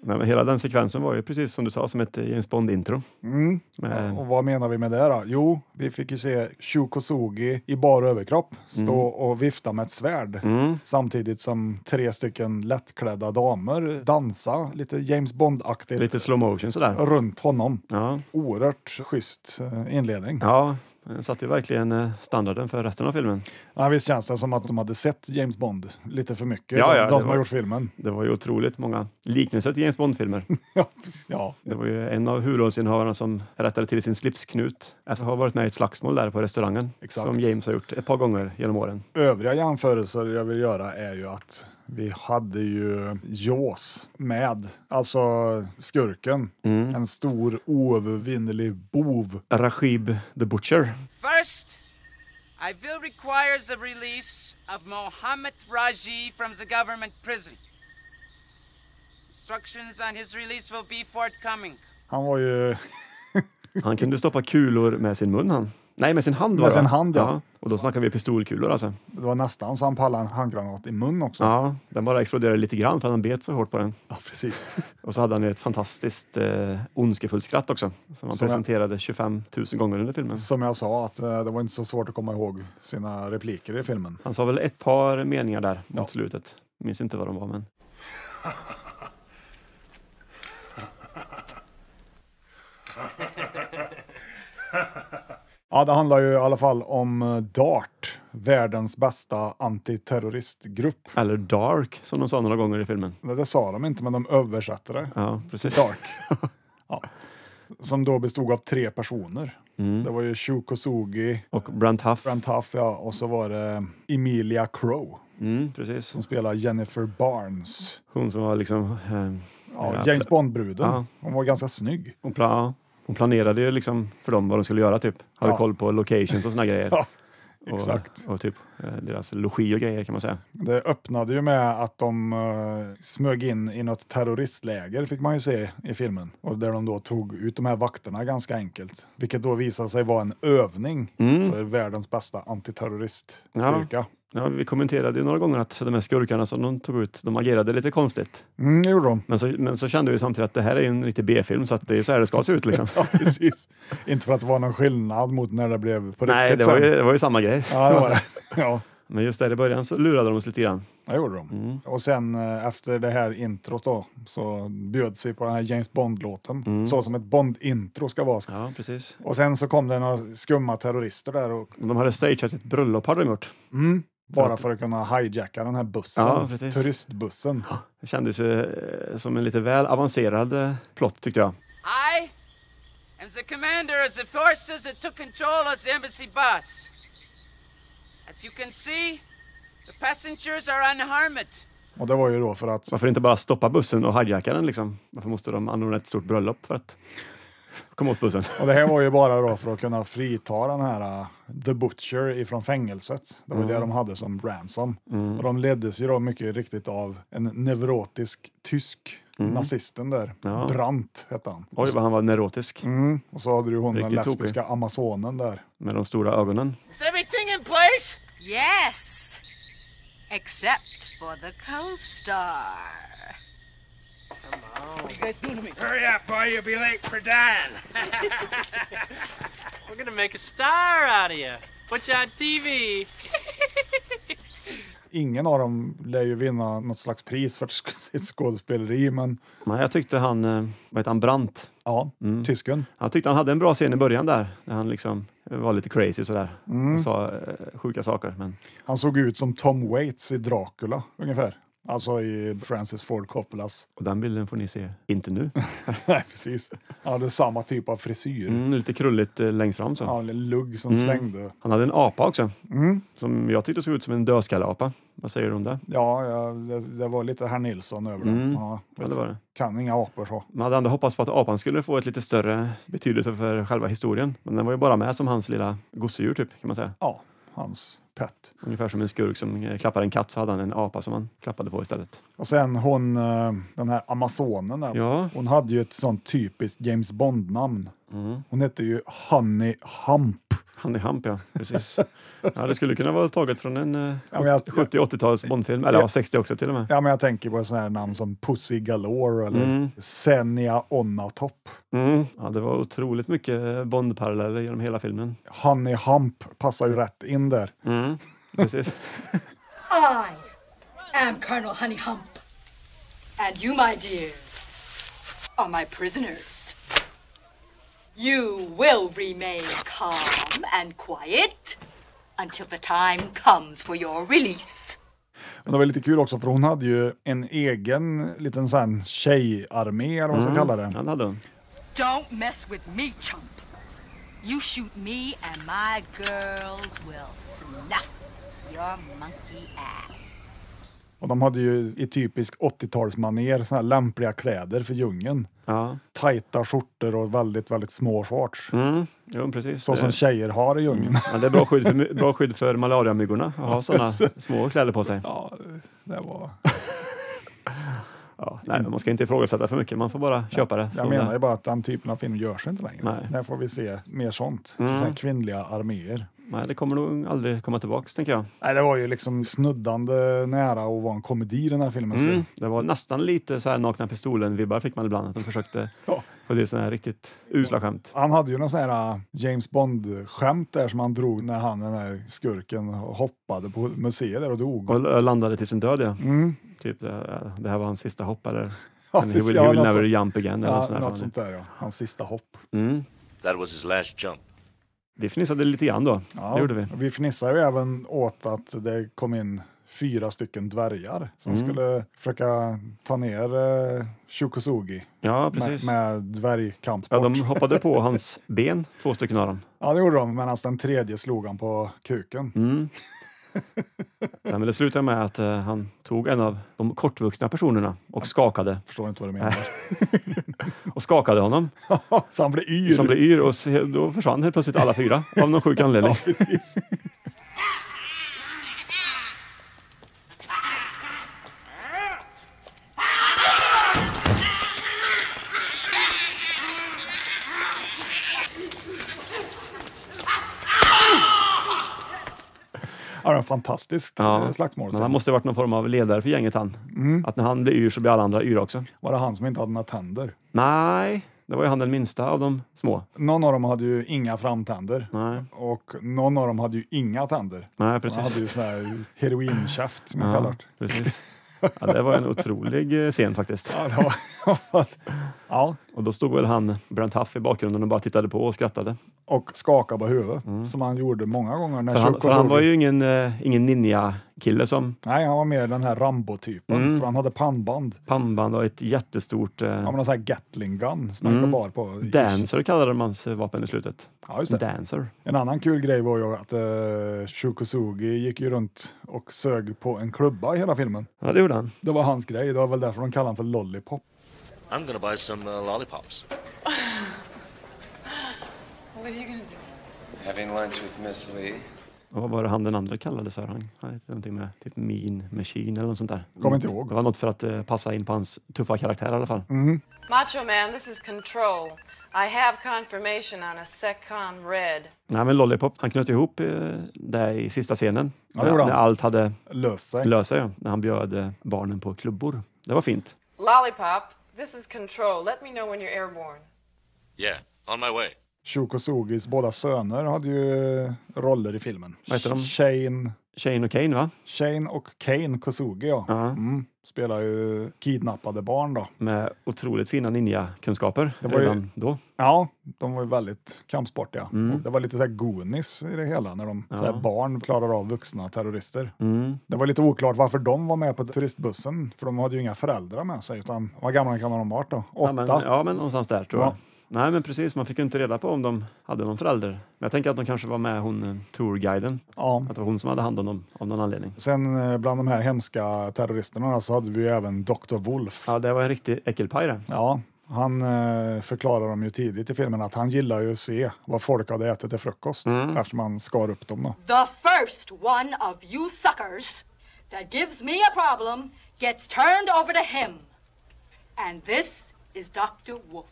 Nej, men hela den sekvensen var ju precis som du sa, som ett eh, James Bond-intro. Mm. Med- Och vad menar vi med det då? Jo, vi fick ju se Shukosugi i bara överkropp stå och vifta med ett svärd samtidigt som tre stycken lättklädda damer dansa lite James Bond-aktigt Lite slow motion sådär. runt honom. Ja, Oerhört schysst eh, inledning. ja den satte ju verkligen eh, standarden för resten av filmen. Ja, visst känns det som att de hade sett James Bond lite för mycket, Ja, de, ja, de det som var- har gjort filmen. Det var ju otroligt många liknelser till James Bond-filmer. Ja, precis. ja, Det var ju en av huvudrollsinnehavarna som rättade till sin slipsknut efter att ha varit med i ett slagsmål där på restaurangen. Exakt. Som James har gjort ett par gånger genom åren. övriga jämförelser jag vill göra är ju att vi hade ju Jaws med, alltså skurken, Mm. en stor oövervinnelig bov. Rashib the Butcher. First, I will require the release of Mohammed Raji from the government prison. Instructions on his release will be forthcoming. Han var ju, Han kunde stoppa kulor med sin mun han. Nej, med sin hand var Med det, va? sin hand, ja. Och då snackar vi pistolkulor alltså. det var nästan så han pallade en handgranat i mun också. Ja, den bara exploderade lite grann för att han bet så hårt på den. Ja, precis. Och så hade han ett fantastiskt eh, ondskefullt skratt också. Som han Som jag- presenterade 25 000 gånger under filmen. Som jag sa, att eh, det var inte så svårt att komma ihåg sina repliker i filmen. Han sa väl ett par meningar där mot slutet. Minns inte vad de var, men Ja, det handlar ju i alla fall om eh, DART, världens bästa antiterroristgrupp. Eller Dark, som de sa några gånger i filmen. Det, det sa de inte, men de översatte det. Ja, precis. Dark. Ja. Som då bestod av tre personer. Det var ju Shuko Sugi, Och Brent Huff. Brent Huff ja, och så var det Emilia Crow Mm, precis. som spelar Jennifer Barnes. Hon som var liksom... Eh, Ja, mera James pla- Bond-bruden. Ja. Hon var ganska snygg. hon, pla- hon planerade ju liksom för dem vad de skulle göra, typ. Hade Ja. koll på locations och såna grejer. Ja, exakt. Och, och typ eh, deras logi och grejer kan man säga. Det öppnade ju med att de eh, smög in i något terroristläger, fick man ju se i filmen. Och där de då tog ut de här vakterna ganska enkelt. Vilket då visade sig vara en övning för världens bästa antiterroriststyrka. Mm. Ja, vi kommenterade ju några gånger att de här skurkarna som de tog ut, de agerade lite konstigt. Mm, det gjorde de. Men så, men så kände vi samtidigt att det här är ju en riktig B-film, så att det är så här det ska se ut liksom. Ja, precis. Inte för att det var någon skillnad mot när det blev på riktigt Nej, det var, ju, sen. det var ju samma grej. Ja, det var det. Ja, Men just där i början så lurade de oss lite grann. det gjorde de. Mm. Och sen eh, efter det här introt då, så bjöds vi på den här James Bond-låten, Mm. så som ett Bond-intro ska vara. Ja, precis. Och sen så kom det några skumma terrorister där och De hade stageat ett bröllop, hade de gjort. Bara för att kunna hijacka den här bussen, Ja, precis. turistbussen. Det kändes ju eh, som en lite väl avancerad eh, plott tyckte jag. I am the commander of the forces that took control of the embassy bus. As you can see, the passengers are unharmed. Och det var ju då för att Varför inte bara stoppa bussen och hijacka den liksom? Varför måste de anordna ett stort bröllop för att komma åt bussen? Och det här var ju bara då för att kunna frita den här uh, The Butcher ifrån fängelset. Det var det Mm. de hade som ransom. Och de leddes ju då mycket riktigt av en neurotisk tysk, nazisten där. Mm. Ja. Brandt hette han. Oj, vad han var neurotisk Mm. Och så hade du hon den Riktigt tokig. lesbiska amazonen där. med de stora ögonen. Is everything in place? Yes, except for the co-star. Hurry up, boy, you'll be late for dine. We're gonna make a star out of you. Put you on TV. Ingen av dem lär ju vinna något slags pris för sk- sitt skådespeleri, men Men jag tyckte han, eh, vad heter han, Brandt? ja, Mm. tysken. Jag tyckte han hade en bra scen i början där, när han liksom var lite crazy sådär. Han sa eh, sjuka saker, men Han såg ut som Tom Waits i Dracula ungefär. Alltså i Francis Ford Coppolas. och den bilden får ni se, inte nu. Nej, precis. Han hade samma typ av frisyr. Mm, lite krulligt eh, längst fram så. Ja, en lugg som slängde. Han hade en apa också, som jag tyckte såg ut som en dödskalleapa. Vad säger du om det? Ja, ja det, det var lite herr Nilsson över det. Ja, Ja, det var det. Kan inga apor så. Man hade ändå hoppats på att apan skulle få ett lite större betydelse för själva historien. Men den var ju bara med som hans lilla gosedjur typ, kan man säga. Ja, hans pet. Ungefär som en skurk som eh, klappar en katt så hade han en apa som han klappade på istället. Och sen hon, eh, den här amazonen där. Ja. Hon hade ju ett sånt typiskt James Bond-namn. Hon hette ju Honey Hump. Handy Hamp ja, precis. Ja, det skulle kunna vara taget från en eh, Ja, men jag, jag, 70-80-tals Bondfilm, eller ja, 60 också till och med. ja, men jag tänker på sådana här namn som Pussy Galore eller Senia Onnatop. Mm. Ja, det var otroligt mycket Bond-paralleller genom hela filmen. Honey Hump passar ju rätt in där. Mm. Precis. I am Colonel Honey Hump, and you, my dear, are my prisoners. You will remain calm and quiet until the time comes for your release. Men det var lite kul också för hon hade ju en egen liten sån tjejarmé eller vad man ska kalla det. Ja, det hade hon. Don't mess with me, chump. You shoot me, and my girls will snuff your monkey ass. Och de hade ju i typisk 80-talsmanér såna här lämpliga kläder för djungeln. Ja, Tajta skjortor och väldigt, väldigt små shorts. mm. jo, precis. Så Det- som tjejer har i djungeln. Ja, det är bra skydd för, my- bra skydd för malariamyggorna att ha sådana små kläder på sig. Ja, det var... Ja, nej, men man ska inte ifrågasätta för mycket, man får bara köpa det. Mm. Jag som menar ju det. bara att den typen av film görs inte längre. Mm. Nej. Mm. Där får vi se mer sånt. Såna här kvinnliga arméer. Nej, det kommer nog aldrig komma tillbaks, tänker jag. Nej, det var ju liksom snuddande nära att vara en komedi den här filmen. Mm. Det var nästan lite så här nakna pistolen-vibbar fick man ibland, att de försökte Ja. få till sådana här riktigt usla skämt. Han hade ju någon sån här äh, James Bond-skämt där som han drog när han, den här skurken, hoppade på museet där och dog. Och l- landade till sin död, ja. Typ, eh, det här var hans sista hopp, eller Mm. Ja, And he precis, will, ja, he will något never sånt. jump again, eller något Ja, sånt där. något fan. sånt där, ja. Hans sista hopp. Mm. That was his last jump. Vi fnissade lite grann då, Ja, det gjorde vi. Vi fnissade ju även åt att det kom in fyra stycken dvärgar som Mm. skulle försöka ta ner eh, Shukosugi Ja, med, precis. med dvärgkampsport. Ja, Ja, de hoppade på hans ben, två stycken av dem. det gjorde de, medan den tredje slog han på kuken. Mm. Nej, men det slutade med att eh, han tog en av de kortvuxna personerna och skakade, Förstår inte vad du menar. och skakade honom Så han blev yr. som blev yr och se, då försvann helt plötsligt alla fyra av någon sjuk anledning. Precis. Ja, det är en fantastisk ja, slagsmål. men han måste ha varit någon form av ledare för gänget han. Mm. Att när han blir yr så blir alla andra yra också. Var det han som inte hade några tänder? Nej, det var ju han den minsta av de små. Någon av dem hade ju inga framtänder Nej. och någon av dem hade ju inga tänder. Nej, Han hade precis. ju sån här heroinkäft som jag Ja, kallar det. precis. Ja, det var en otrolig eh, scen faktiskt. Ja, det var, ja, Och då stod väl han, Brent Huff, i bakgrunden och bara tittade på och skrattade. och skaka på huvudet som han gjorde många gånger. När Mm. För han, Chuck för och han var Shorty- ju ingen, eh, ingen ninja-kille som Nej, han var mer den här Rambo-typen, Mm. för han hade pannband. pannband och ett jättestort Han eh, var någon sån här Gatling gun som Mm. han bar på. dancer kallade de hans eh, vapen i slutet. Ja, just det. Dancer. En annan kul grej var ju att uh, Shukosugi gick ju runt och sög på en klubba i hela filmen. Ja, det gjorde han. Det var hans grej, det var väl därför de kallade honom för Lollipop. I'm gonna buy some uh, lollipops. What are you gonna do? Having lunch with Miss Lee. Och vad var det han den andra kallades för? Han han hette någonting med typ Mean Machine eller något sånt där. Kommer inte ihåg. Mm. Det var något för att eh, passa in på hans tuffa karaktär i alla fall. Macho Man, this is Control. I have confirmation on a SECCON red. Nej, men Lollipop, han knöt ihop eh, där i sista scenen. det gjorde när, han. när allt hade Löst sig. löst sig, ja. när han bjöd eh, barnen på klubbor. Det var fint. Lollipop, this is Control. Let me know when you're airborne. Yeah, on my way. Shukosugis båda söner hade ju roller i filmen. Vad heter de? Shane, Shane och Kane, va? Shane och Kane Kosugi ja. Ja. Mm, spelar ju kidnappade barn då. Med otroligt fina ninja-kunskaper var ju- redan då. Ja, de var ju väldigt kampsportiga. Mm. Och Det var lite så här Goonies i det hela, när de, så här barn klarar av vuxna terrorister. Mm. Det var lite oklart varför de var med på turistbussen, för de hade ju inga föräldrar med sig. Utan, vad gamla kan de ha varit då? Åtta? Ja men, ja, men någonstans där tror Ja. jag. Nej, men precis. Man fick ju inte reda på om de hade någon förälder. Men jag tänker att de kanske var med hon eh, tourguiden. Ja. Att det var hon som hade hand om dem av någon anledning. Sen eh, bland de här hemska terroristerna då, så hade vi ju även Dr. Wolf. Ja, det var en riktig äckelpaj det. Ja, han eh, förklarar dem ju tidigt i filmen att han gillar ju att se vad folk hade ätit till frukost Mm. eftersom han skar upp dem. Då. The first one of you suckers that gives me a problem gets turned over to him. And this is Dr. Wolf.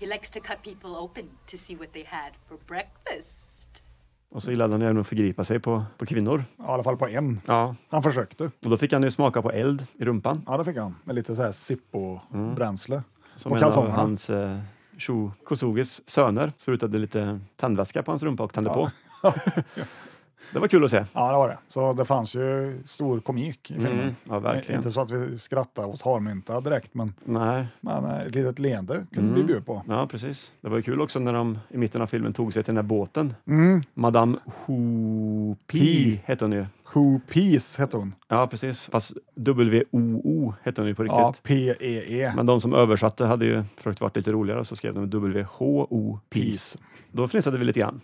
He likes to cut people open to see what they had for breakfast. Och så gillade han ju även att förgripa sig på, på kvinnor. I alla fall på en. Ja. Han försökte. Och då fick han ju smaka på eld i rumpan. Ja, det fick han. Med lite så här Zippo-bränsle. Mm. Som Och en av kalsongerna. hans eh, Shu Kosugis söner sprutade lite tändvätska på hans rumpa och tände på. det var kul att se. Ja, det var det. Så det fanns ju stor komik i filmen. Mm, ja, verkligen. Inte så att vi skrattade åt harmynta direkt, men, Nej, men eh, ett litet leende kunde Mm. vi bjuda på. ja precis. Det var ju kul också när de i mitten av filmen tog sig till den där båten. Madame Hu Pi hette hon ju. Who Peace hette hon. Ja, precis. Fast W-O-O hette hon ju på riktigt. Ja, E P-E-E. Men de som översatte hade ju försökt vara lite roligare så skrev de WHO Peace. Då fnissade vi lite grann.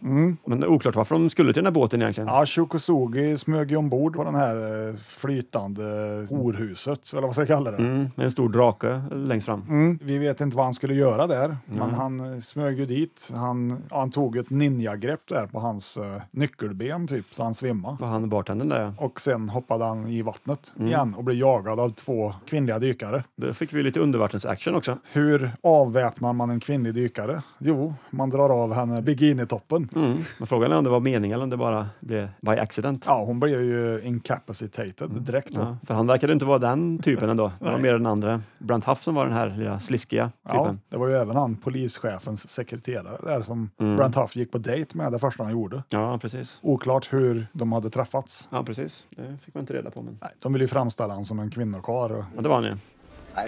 Men det är oklart varför de skulle till den här båten egentligen. Ja, Shukosugi smög ju ombord på den här eh, flytande horhuset, eller vad ska jag kalla det? Mm, med en stor drake längst fram. Mm, Vi vet inte vad han skulle göra där, Mm. men han eh, smög ju dit. Han, han tog ett ninjagrepp där på hans eh, nyckelben typ, så han svimmade. Var han bartendern där ja. Och sen hoppade han i vattnet Mm. igen och blev jagad av två kvinnliga dykare. Då fick vi lite undervattens-action också. Hur avväpnar man en kvinnlig dykare? Jo, man drar av henne bikinitoppen. Mm. Men frågan är om det var meningen eller om det bara blev by accident. Ja, hon blev ju incapacitated direkt. Då. Mm. Ja, för han verkade inte vara den typen ändå. Det var mer den andra. Brant Huff som var den här lilla sliskiga Ja, typen. det var ju även han, polischefens sekreterare där som Brent Huff gick på dejt med det första han gjorde. Ja, precis. Oklart hur de hade träffats. Ja, precis. Det fick man inte reda på. Men, Nej, de ville ju framställa honom som en kvinnokarl. och- men det var han ju.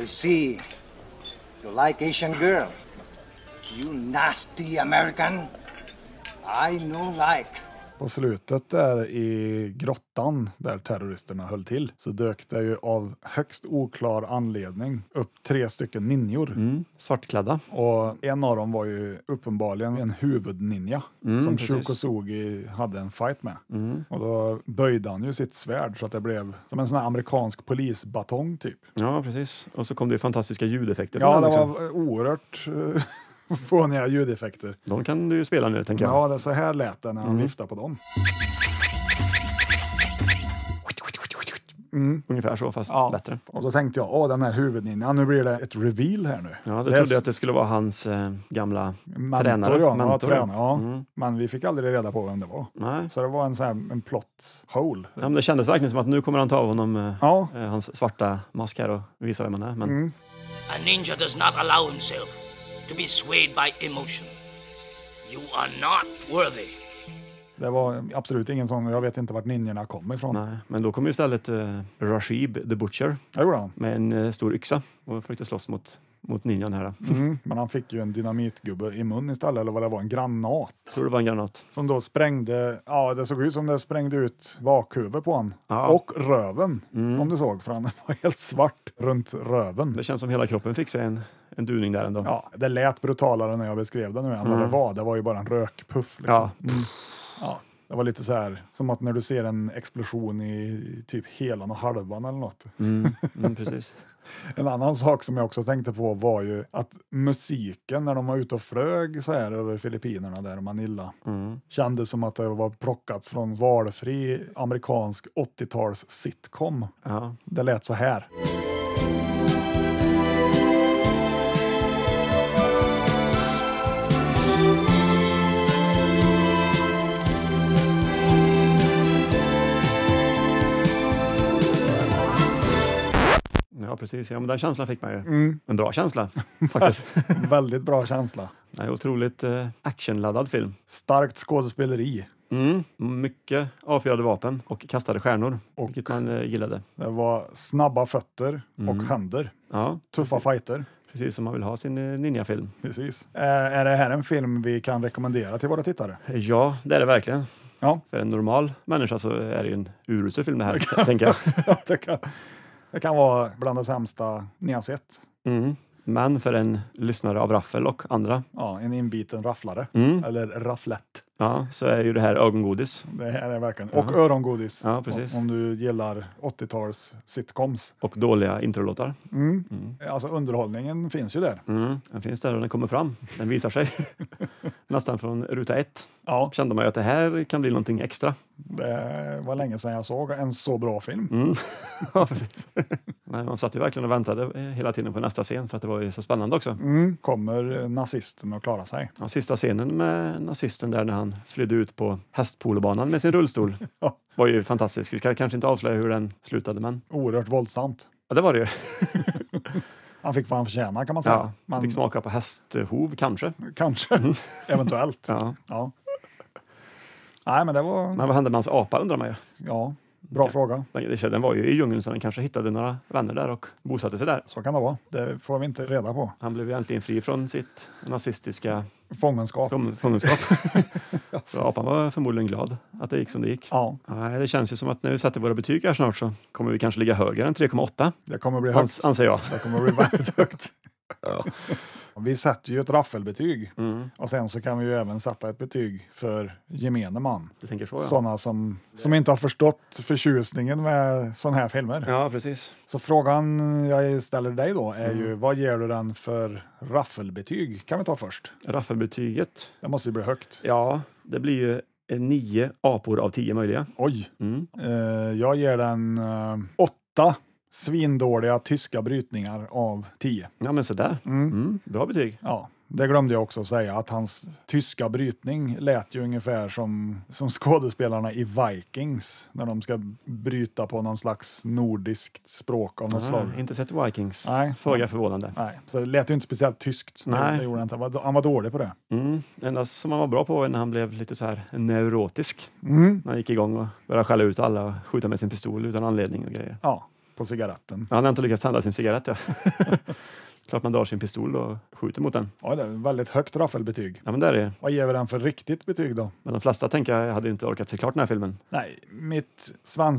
I see. You like Asian girl. You nasty American. I no like. På slutet där i grottan där terroristerna höll till så dök det ju av högst oklar anledning upp tre stycken ninjor. Mm. Svartklädda. Och en av dem var ju uppenbarligen en huvudninja som Mm, precis. Mm. Shukosugi hade en fight med. Och då böjde han ju sitt svärd så att det blev som en sån här amerikansk polisbatong typ. Ja, precis. Och så kom det ju fantastiska ljudeffekter. från Ja, den det också. var oerhört eh, fåniga ljudeffekter. De kan du ju spela nu, tänker jag. Ja, det, så här lät det när Mm. han viftade på dem. Ungefär så, fast Mm. Ja. bättre. Och då tänkte jag, åh den här huvudninjan, nu blir det ett reveal här nu. Ja, det, är trodde jag att det skulle vara hans eh, gamla mentor, tränare. Ja, ja, mentor, Mm. ja. tränare ja. Men vi fick aldrig reda på vem det var. Nej. Så det var en sån här en plot hole. Ja, men det kändes verkligen som att nu kommer han ta av honom eh, Ja. eh, hans svarta mask här och visa vem han är. Men A ninja does not allow himself to be swayed by emotion. You are not worthy. Det var absolut ingen sån, jag vet inte vart ninjorna kom ifrån. Nej, men då kom ju istället eh, Rashib the Butcher Det gjorde han. med en eh, stor yxa och försökte slåss mot, mot ninjan här. då. Mm, men han fick ju en dynamitgubbe i mun istället, eller vad det var, en granat. Tror det var en granat. Som då sprängde, ja det såg ut som det sprängde ut bakhuvudet på han. Ja. Mm. Och röven, om du såg, för han var helt svart runt röven. Det känns som hela kroppen fick sig en, en duning där ändå. Ja, det lät brutalare när jag beskrev det nu än vad det var. Det var ju bara en rökpuff. Liksom. Mm. Ja. Ja, det var lite så här, som att när du ser en explosion i typ helan och halvan eller något. Mm, mm, precis. En annan sak som jag också tänkte på var ju att musiken när de var ute och flög så här över Filippinerna där och Manila Mm. kändes som att det var plockat från valfri amerikansk 80-tals sitcom. Ja. Det lät så här. ja, precis. Ja, men den känslan fick man ju. Mm. En bra känsla faktiskt. Väldigt bra känsla. Det är en otroligt eh, actionladdad film. Starkt skådespeleri. Mm. Mycket avfyrade vapen och kastade stjärnor, vilket man eh, gillade. Det var snabba fötter och händer. Ja, Tuffa fighter. Mm. precis som man vill ha sin eh, ninjafilm. Precis. Eh, är det här en film vi kan rekommendera till våra tittare? Ja, det är det verkligen. Ja, För en normal människa så är det ju en urusel film det här, tänker jag. det kan, det kan vara bland det sämsta ni har sett. Mm. Men för en lyssnare av Raffel och andra, Ja, en inbiten rafflare. Mm. Eller rafflett. ja, så är ju det här ögongodis. Det här är verkligen. Och Jaha. örongodis. Ja, precis. Om du gillar 80-tals sitcoms. Och dåliga introlåtar. Mm. Alltså underhållningen finns ju där. Mm. Den finns där och den kommer fram. Den visar sig. Nästan från ruta ett Ja, kände man ju att det här kan bli någonting extra. det var länge sedan jag såg en så bra film. Mm. Ja, precis. Nej, man satt ju verkligen och väntade eh, hela tiden på nästa scen för att det var ju så spännande också. Mm. Kommer eh, nazisten att klara sig? Ja, sista scenen med nazisten där när han flydde ut på hästpolobanan med sin rullstol Ja. var ju fantastisk. Vi ska kanske inte avslöja hur den slutade, men Oerhört våldsamt. ja, det var det ju. Han fick vad han förtjänade kan man säga. Ja, Men Fick smaka på hästhov kanske. Kanske, eventuellt. Ja. Ja. Nej, men det var Men vad hände med hans apa undrar man ju. ja, bra fråga. Den- det- Den var ju i djungeln så den kanske hittade några vänner där och bosatte sig där. Så kan det vara. Det får vi inte reda på. Han blev ju äntligen fri från sitt nazistiska Fångenskap. fång- fångenskap. så apan var förmodligen glad att det gick som det gick. Ja, Nej, det känns ju som att när vi sätter våra betyg här snart så kommer vi kanske ligga högre än 3,8 det kommer bli högt. ans- anser jag. Det kommer bli väldigt högt. Vi sätter ju ett raffelbetyg Mm, och sen så kan vi ju även sätta ett betyg för gemene man. jag tänker så ja. Sådana som, som inte har förstått förtjusningen med sådana här filmer. Ja, precis. Så frågan jag ställer dig då är ju Mm. vad ger du den för raffelbetyg? Kan vi ta först? Raffelbetyget. Det måste ju bli högt. Ja, det blir ju en nio apor av tio möjliga. Oj! Mm. Eh, jag ger den eh, åtta svindåliga tyska brytningar av tio. Ja, men så där. Mm. Mm, bra betyg. Ja, det glömde jag också säga, att hans tyska brytning lät ju ungefär som, som skådespelarna i Vikings när de ska bryta på någon slags nordiskt språk av något slag. Ah, inte sett Vikings. Nej. Föga förvånande. Nej, så det lät ju inte speciellt tyskt. Det- Nej. Det gjorde han, inte. Han var- han var dålig på det. Mm. Enda som han var bra på var när han blev lite så här neurotisk. Mm. När han gick igång och började skälla ut alla och skjuta med sin pistol utan anledning och grejer. Ja, på cigaretten. Han har inte lyckats tända sin cigarett. Ja. Klart man drar sin pistol och skjuter mot den. Ja, det är ett väldigt högt raffelbetyg. Ja, men där är det. Vad ger vi den för riktigt betyg då? Men de flesta tänker jag hade inte orkat se klart den här filmen. Nej, mitt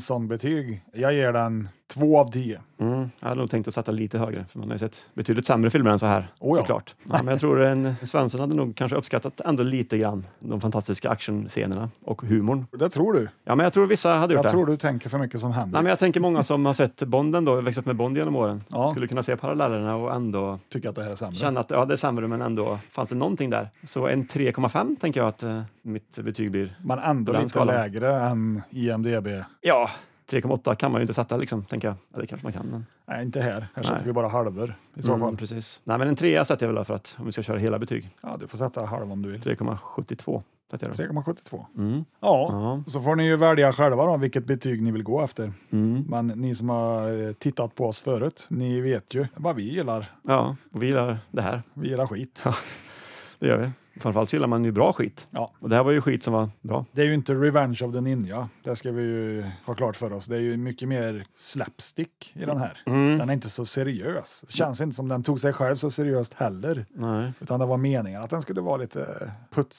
Svensson-betyg, jag ger den två av tio. Mm. Jag hade nog tänkt att sätta lite högre, för man har ju sett betydligt sämre filmer än så här. Oh ja. Såklart. Ja, men jag tror en Svensson hade nog kanske uppskattat ändå lite grann de fantastiska actionscenerna och humorn. Det tror du? Ja, men jag tror vissa hade gjort Jag det. tror du tänker för mycket som händer. Nej, men jag tänker många som har sett Bonden då, växt upp med Bond genom åren, Ja. skulle kunna se parallellerna och ändå Tycker att det här är sämre. känna att ja, det är sämre, men ändå fanns det någonting där. Så en 3,5 tänker jag att eh, mitt betyg blir. Men ändå På den lite skalan. lägre än IMDB. Ja, 3,8 kan man ju inte sätta liksom, tänker jag. Eller kanske man kan. Men... Nej, inte här. Här sätter Nej. vi bara halvor i så Mm, fall. precis. Nej, men en trea sätter jag väl för att om vi ska köra hela betyg. Ja, du får sätta halv om du vill. 3,72 sätter jag då. 3,72. Mm. Ja, Ja. så får ni ju välja själva då vilket betyg ni vill gå efter. Mm. Men ni som har eh, tittat på oss förut, ni vet ju vad vi gillar. ja, och vi gillar det här. Vi gillar skit. Det gör vi. Framförallt så gillar man ju bra skit. Ja. Och det här var ju skit som var bra. Det är ju inte Revenge of the Ninja, det ska vi ju ha klart för oss. Det är ju mycket mer slapstick i den här. Mm. Den är inte så seriös. Det känns inte som den tog sig själv så seriöst heller. Nej. Utan det var meningen att den skulle vara lite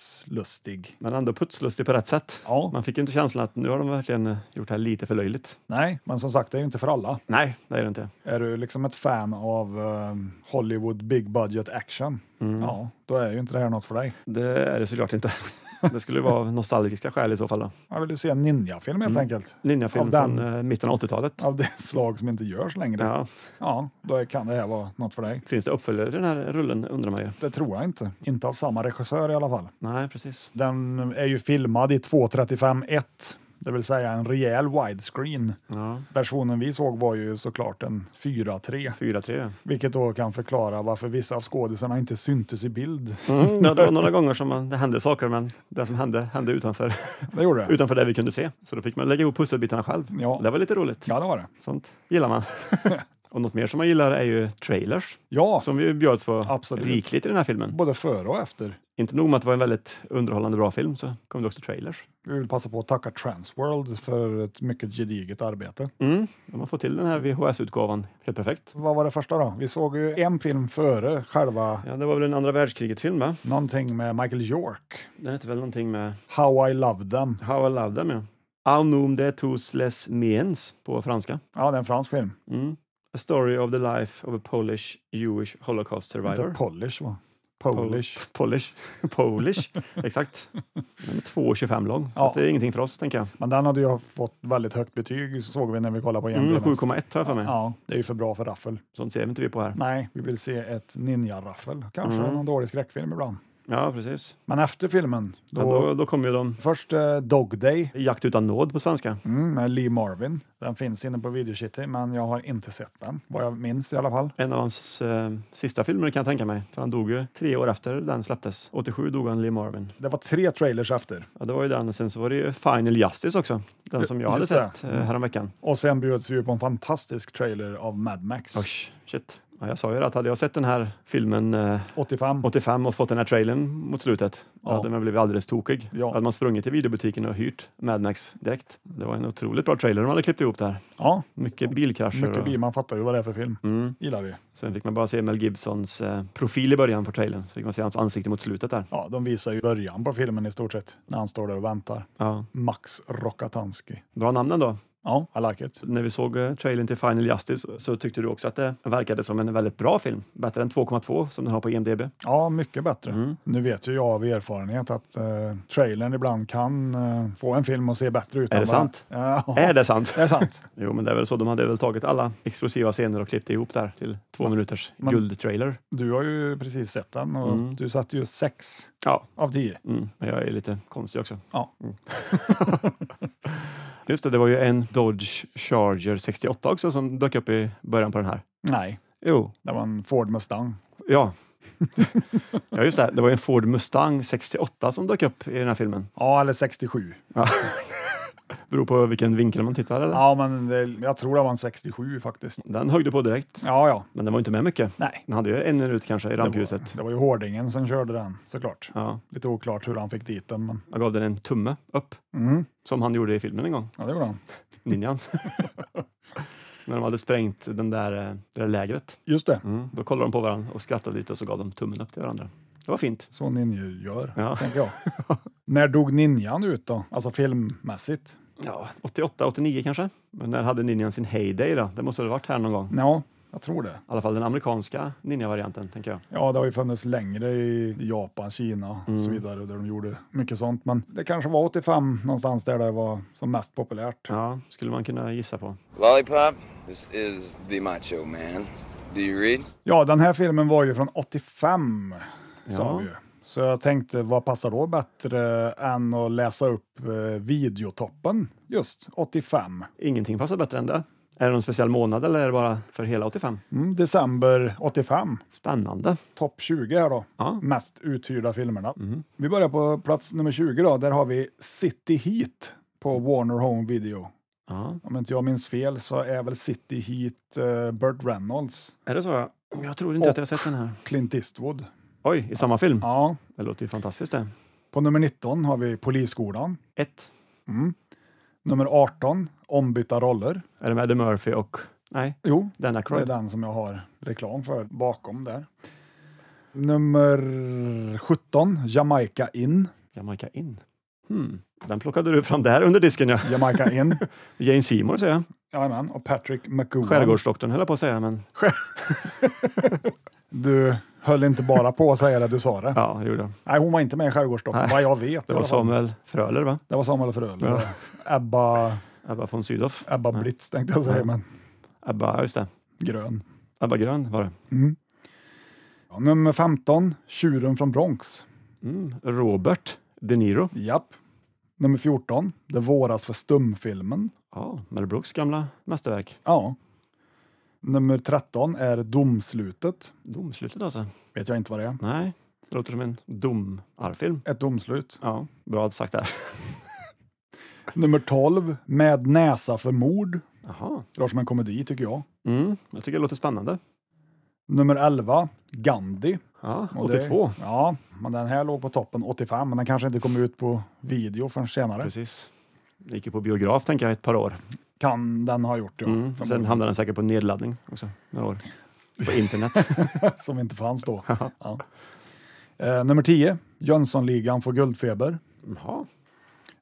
putslustig. Men ändå putslustig på rätt sätt. Man fick ju inte känslan att nu har de verkligen eh, gjort det här lite för löjligt. Nej, men som sagt, det är ju inte för alla. Nej, det är det inte. Är du liksom ett fan av eh, Hollywood big budget action, Mm. ja, då är ju inte det här något för dig. Det är det såklart inte. Det skulle vara av nostalgiska skäl i så fall. Då. Jag vill ju se en ninjafilm helt enkelt. Mm. Ninjafilm Av den. från eh, mitten av 80-talet. Av det slag som inte görs längre. Ja. ja, då kan det här vara något för dig. Finns det uppföljare till den här rullen undrar man ju. Det tror jag inte. Inte av samma regissör i alla fall. Nej, precis. Den är ju filmad i 2.35.1, det vill säga en rejäl widescreen. Ja. Versionen vi såg var ju såklart en 4.3, 4-3. vilket då kan förklara varför vissa av skådisarna inte syntes i bild. Mm, det var några gånger som man, det hände saker, men det som hände hände utanför, Det gjorde det. utanför det vi kunde se. Så då fick man lägga ihop pusselbitarna själv. Ja. Det var lite roligt. Ja, det var det. Sånt gillar man. och något mer som man gillar är ju trailers, Ja, som vi bjöds på Absolut. rikligt i den här filmen. både före och efter. Inte nog med att det var en väldigt underhållande bra film, så kom det också trailers. Vi vill passa på att tacka Transworld för ett mycket gediget arbete. Mm. De har fått till den här VHS-utgåvan helt perfekt. Vad var det första då? Vi såg ju en film före själva, Ja, det var väl en andra världskriget-film, va? någonting med Michael York. Den hette väl någonting med How I Love Them. How I Love Them, ja. Aunum de tous les miens på franska. Ja, det är en fransk film. Mm. A story of the life of a Polish Jewish Holocaust survivor. Inte Polish va? Pol- Polish. Polish. Polish. Exakt. Den är 2,25 lång. Ja. Så att det är ingenting för oss, tänker jag. Men den hade ju fått väldigt högt betyg, så såg vi när vi kollade på Mm, Jämtlands. 7,1 har jag för mig. Ja, det är ju för bra för raffel. Sånt ser inte vi på här. Nej, vi vill se ett ninja-raffel. Kanske Mm. någon dålig skräckfilm ibland. Ja, precis. Men efter filmen, då, Då, ja, då, då kommer ju de först eh, Dog Day Jakt utan nåd på svenska. mm, med Lee Marvin. Den finns inne på Videocity, men jag har inte sett den, vad jag minns i alla fall. En av hans eh, sista filmer kan jag tänka mig. För han dog ju tre år efter den släpptes. 87 dog han, Lee Marvin. Det var tre trailers efter Ja, det var ju den. Och sen så var det ju Final Justice också. Den som jag hade Just det. Mm. sett eh, häromveckan. och sen bjöds vi ju på en fantastisk trailer av Mad Max Oj, shit. Ja, jag sa ju det, att hade jag sett den här filmen eh, 85. 85 och fått den här trailern mot slutet, då Ja. hade man blivit alldeles tokig. Ja. Hade man sprungit till videobutiken och hyrt Mad Max direkt. Det var en otroligt bra trailer de hade klippt ihop där. Ja, Mycket bilkrascher. mycket bi, man fattar ju vad det är för film. Mm. Gillar vi. Sen fick man bara se Mel Gibsons eh, profil i början på trailern, så fick man se hans ansikte mot slutet där. Ja, de visar ju början på filmen i stort sett, när han står där och väntar. Ja. Max Rokatansky. Bra namn ändå. Ja, I like it. När vi såg eh, trailern till Final Justice så- så tyckte du också att det verkade som en väldigt bra film. Bättre än 2,2 som den har på IMDB. Ja, mycket bättre. Mm. Nu vet ju jag av erfarenhet att eh, trailern ibland kan eh, få en film att se bättre ut. Är än det vad- sant? Ja, Är det sant? det är sant. Jo, men det är väl så. De hade väl tagit alla explosiva scener och klippt ihop där till två minuters Men- guldtrailer. Du har ju precis sett den och Mm. du satte ju sex Ja, av tio. mm, men jag är lite konstig också. Ja. Mm. Just det, det var ju en Dodge Charger 68 också som dök upp i början på den här. Nej, Jo, det var en Ford Mustang. ja. ja, just det. Det var ju en Ford Mustang 68 som dök upp i den här filmen. Ja, eller 67. Beror på vilken vinkel man tittar eller? Ja, men det, jag tror det var en 67 faktiskt. Den höjde på direkt, Ja, ja. men den var inte med mycket. Nej. Den hade ju en minut kanske i Det rampljuset. var, det var ju Hårdingen som körde den såklart. Ja, Lite oklart hur han fick dit den, men jag gav den en tumme upp, mm. som han gjorde i filmen en gång. ja, det gjorde han. ninjan. När de hade sprängt den där, eh, det där lägret. Just det, Mm. Då kollade de på varandra och skrattade lite och så gav de tummen upp till varandra. Det var fint. så ninjor gör, Ja. tänker jag. När dog ninjan ut då? Alltså filmmässigt? Ja, 88, 89 kanske. Men när hade ninjan sin heyday då? Det måste väl ha varit här någon gång. I Ja, jag tror det. alla fall den amerikanska ninja-varianten, tänker jag. Ja, det har ju funnits längre i Japan, Kina och så vidare där de gjorde mycket sånt. Men det kanske var 85 någonstans där det var som mest populärt. Ja, skulle man kunna gissa på. Lollipop, this is the Macho Man. Do you read? Ja, den här filmen var ju från 85, Ja. sa vi ju. Så jag tänkte, vad passar då bättre än att läsa upp eh, videotoppen just 85? Ingenting passar bättre än det. Är det någon speciell månad eller är det bara för hela 85? Mm, december 85, Spännande. topp 20 här då. Ja. Mhm. Mest uthyrda filmerna. Vi börjar på plats nummer 20 då, där har vi City Heat på Warner Home Video. ja. Om inte jag minns fel så är väl City Heat eh, Burt Reynolds, Är det så? Jag tror inte att jag har sett den här. Clint Eastwood. Oj, i samma film? Ja. Det låter ju fantastiskt det. På nummer 19 har vi Polisskolan. 1. Mm. Nummer 18, Ombytta roller. Är det med Eddie Murphy och... Nej, Jo, Dan det är Aykroyd. den som jag har reklam för bakom där. Nummer 17, Jamaica In. Jamaica In. Hmm. Den plockade du fram där under disken ja. Jamaica In. Jane Seymour säger jag. Jajamän, och Patrick McGowan. Skärgårdsdoktorn höll jag på att säga, men Du höll inte bara på att säga det, du sa det. ja, det gjorde jag. Nej, hon var inte med i Skärgårdsdoktorn, Nej, vad jag vet. Det i alla var fall. Samuel Fröler, va? Det var Samuel Fröler. Ja. Ebba, Ebba von Sydow. Ebba Nej. Blitz tänkte jag säga, Ja. men Ebba, ja, just det. grön. Ebba Grön var det. Ja, nummer 15, Tjuren från Bronx. Mm. Robert De Niro. Japp. Nummer 14, Det våras för stumfilmen. Ja, Mel Brooks gamla mästerverk. Ja. Nummer 13 är Domslutet. Domslutet alltså. Vet jag inte vad det är. Nej, det låter som en domarfilm. Ett domslut. Ja, bra sagt där. Nummer 12, Med näsa för mord. Jaha. Det låter som en komedi tycker jag. Mm, jag tycker det låter spännande. Nummer 11, Gandhi. Ja, Och det- 82. ja, men den här låg på toppen 85, men den kanske inte kom ut på video förrän senare. Precis. Det gick ju på biograf, tänker jag, ett par år. Kan den ha gjort, ja. Mm. Sen hamnade den säkert på nedladdning också, några år. På internet. Som inte fanns då. ja. eh, nummer 10, Jönssonligan får guldfeber. Jaha.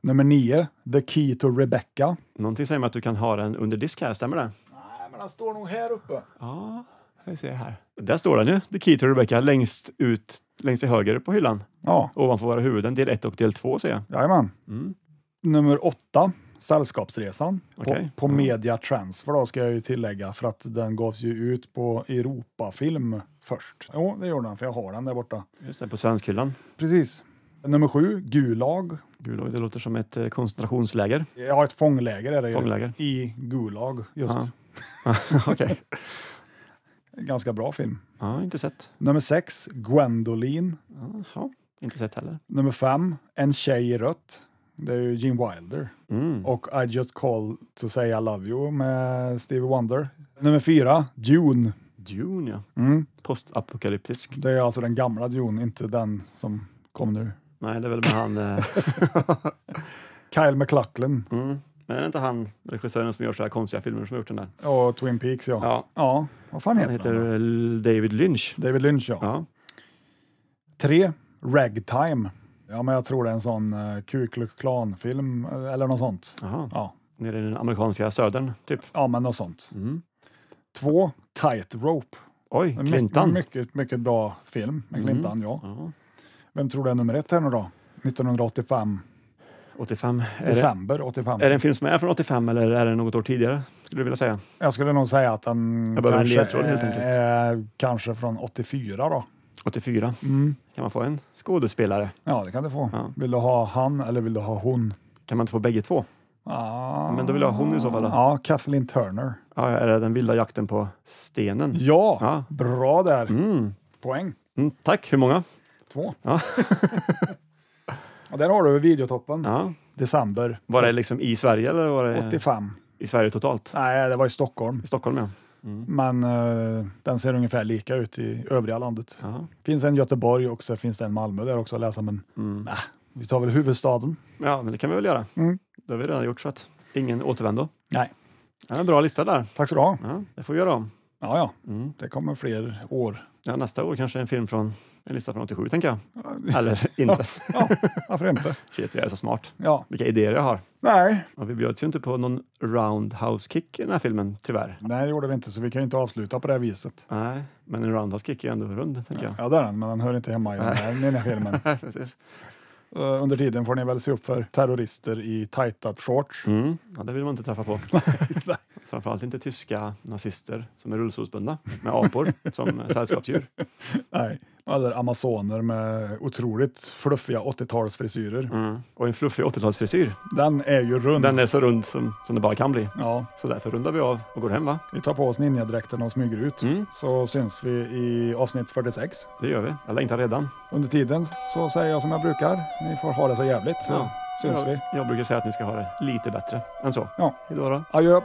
Nummer 9, The Key to Rebecca. Någonting säger mig att du kan ha den under disk här, stämmer det? Nej, men den står nog här uppe. Ja, jag ser här. Där står den ju, The Key to Rebecca, längst ut, längst till höger på hyllan. Ja, Ovanför våra huvuden, del 1 och del 2 ser jag. jajamän. Mm. Nummer 8, Sällskapsresan. Okej. På, på Mm. Media Transfer då, ska jag ju tillägga, för att den gavs ju ut på Europafilm först. Jo, det gjorde den, för jag har den där borta. Just det, på svenskhyllan. Precis. Nummer 7, Gulag. Gulag, det låter som ett eh, koncentrationsläger. Ja, ett fångläger är det ju. Fångläger. I Gulag, just. Ja. Okej. Ganska bra film. Ja, inte sett. Nummer 6, Gwendoline. Jaha, inte sett heller. Nummer 5, En tjej i rött. Det är ju Gene Wilder. Mm. Och I just call to say I love you med Stevie Wonder. Nummer 4, Dune. Dune, ja. Mm. Postapokalyptisk. Det är alltså den gamla Dune, inte den som kom nu. Nej, det är väl med han... Eh, Kyle MacLachlan mm. Men är det inte han, regissören som gör så här konstiga filmer som har gjort den där? och Twin Peaks, ja. Ja, Ja, vad fan heter han han? heter eh, David Lynch. David Lynch, ja. Ja, 3. Ragtime. Ja, men jag tror det är en sån uh, Ku Klux Klan-film eh, eller något sånt. jaha. Ja, Nere i den amerikanska södern, typ. ja men något sånt. Mm. 2. Tight Rope. Oj, En my- Clintan. Mycket, mycket bra film med Mm. Clintan, ja. Ja. Vem tror du är nummer ett här nu då? 1985, 85. Är det, december 85. är det en film som är från 85 eller är det något år tidigare? Skulle du vilja säga? Jag skulle nog säga att den Jag behöver en kanske ledtråd, helt enkelt. är kanske från 84 då. 84. Mm. Kan man få en skådespelare? Ja, det kan du få. Ja. Vill du ha han eller vill du ha hon? Kan man inte få bägge två? Ah, Men då vill jag ha hon i så fall då. Ja, Kathleen Turner. Ja, är det den vilda jakten på stenen? Ja, Ja. bra där. Mm. Poäng. Mm, tack, hur många? Två. Ja. och där har du videotoppen. Ja. December Var det liksom i Sverige eller var det 85. i Sverige totalt? Nej, det var i Stockholm. I Stockholm ja. Mm. Men eh, den ser ungefär lika ut i övriga landet. Ja, finns en i Göteborg också, finns det en i Malmö där också att läsa, men mm. vi tar väl huvudstaden. ja men det kan vi väl göra. Mm. Det har vi redan gjort så att ingen återvändo. Nej. Ja, en bra lista där. Tack så du ha. Ja, det får vi göra om. Ja, ja, Mm. det kommer fler år. Ja, nästa år kanske en film från en lista från 87 tänker jag. Eller inte. Ja, varför inte? Shit, jag är så smart. Ja. Vilka idéer jag har. Nej, Ja, vi bjöds ju inte på någon roundhouse kick i den här filmen, tyvärr. nej, det gjorde vi inte, så vi kan ju inte avsluta på det här viset. Nej, men en roundhouse kick är ändå rund, tänker jag. Ja, det är den, men den hör inte hemma i den här, i den här filmen. Precis. Eh, Under tiden får ni väl se upp för terrorister i tajtat shorts. Mm. Ja, det vill man inte träffa på. Framförallt inte tyska nazister som är rullstolsbundna med apor som sällskapsdjur. Nej. Eller amazoner med otroligt fluffiga 80-talsfrisyrer. Och en fluffig 80-talsfrisyr. Den är ju rund. Mm. Den är så rund som, som det bara kan bli. Ja, Så därför rundar vi av och går hem, va? vi tar på oss ninjadräkterna och smyger ut. Mm. Så syns vi i avsnitt 46. Det gör vi. Jag längtar redan. Under tiden så säger jag som jag brukar. Ni får ha det så jävligt så Ja. syns vi. jag, jag brukar säga att ni ska ha det lite bättre än så. Ja. Hej då. då. Adjö!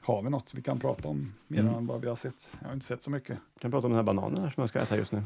Har vi något vi kan prata om Mm. mer än vad vi har sett? Jag har inte sett så mycket. Jag kan prata om den här bananen här som jag ska äta just nu.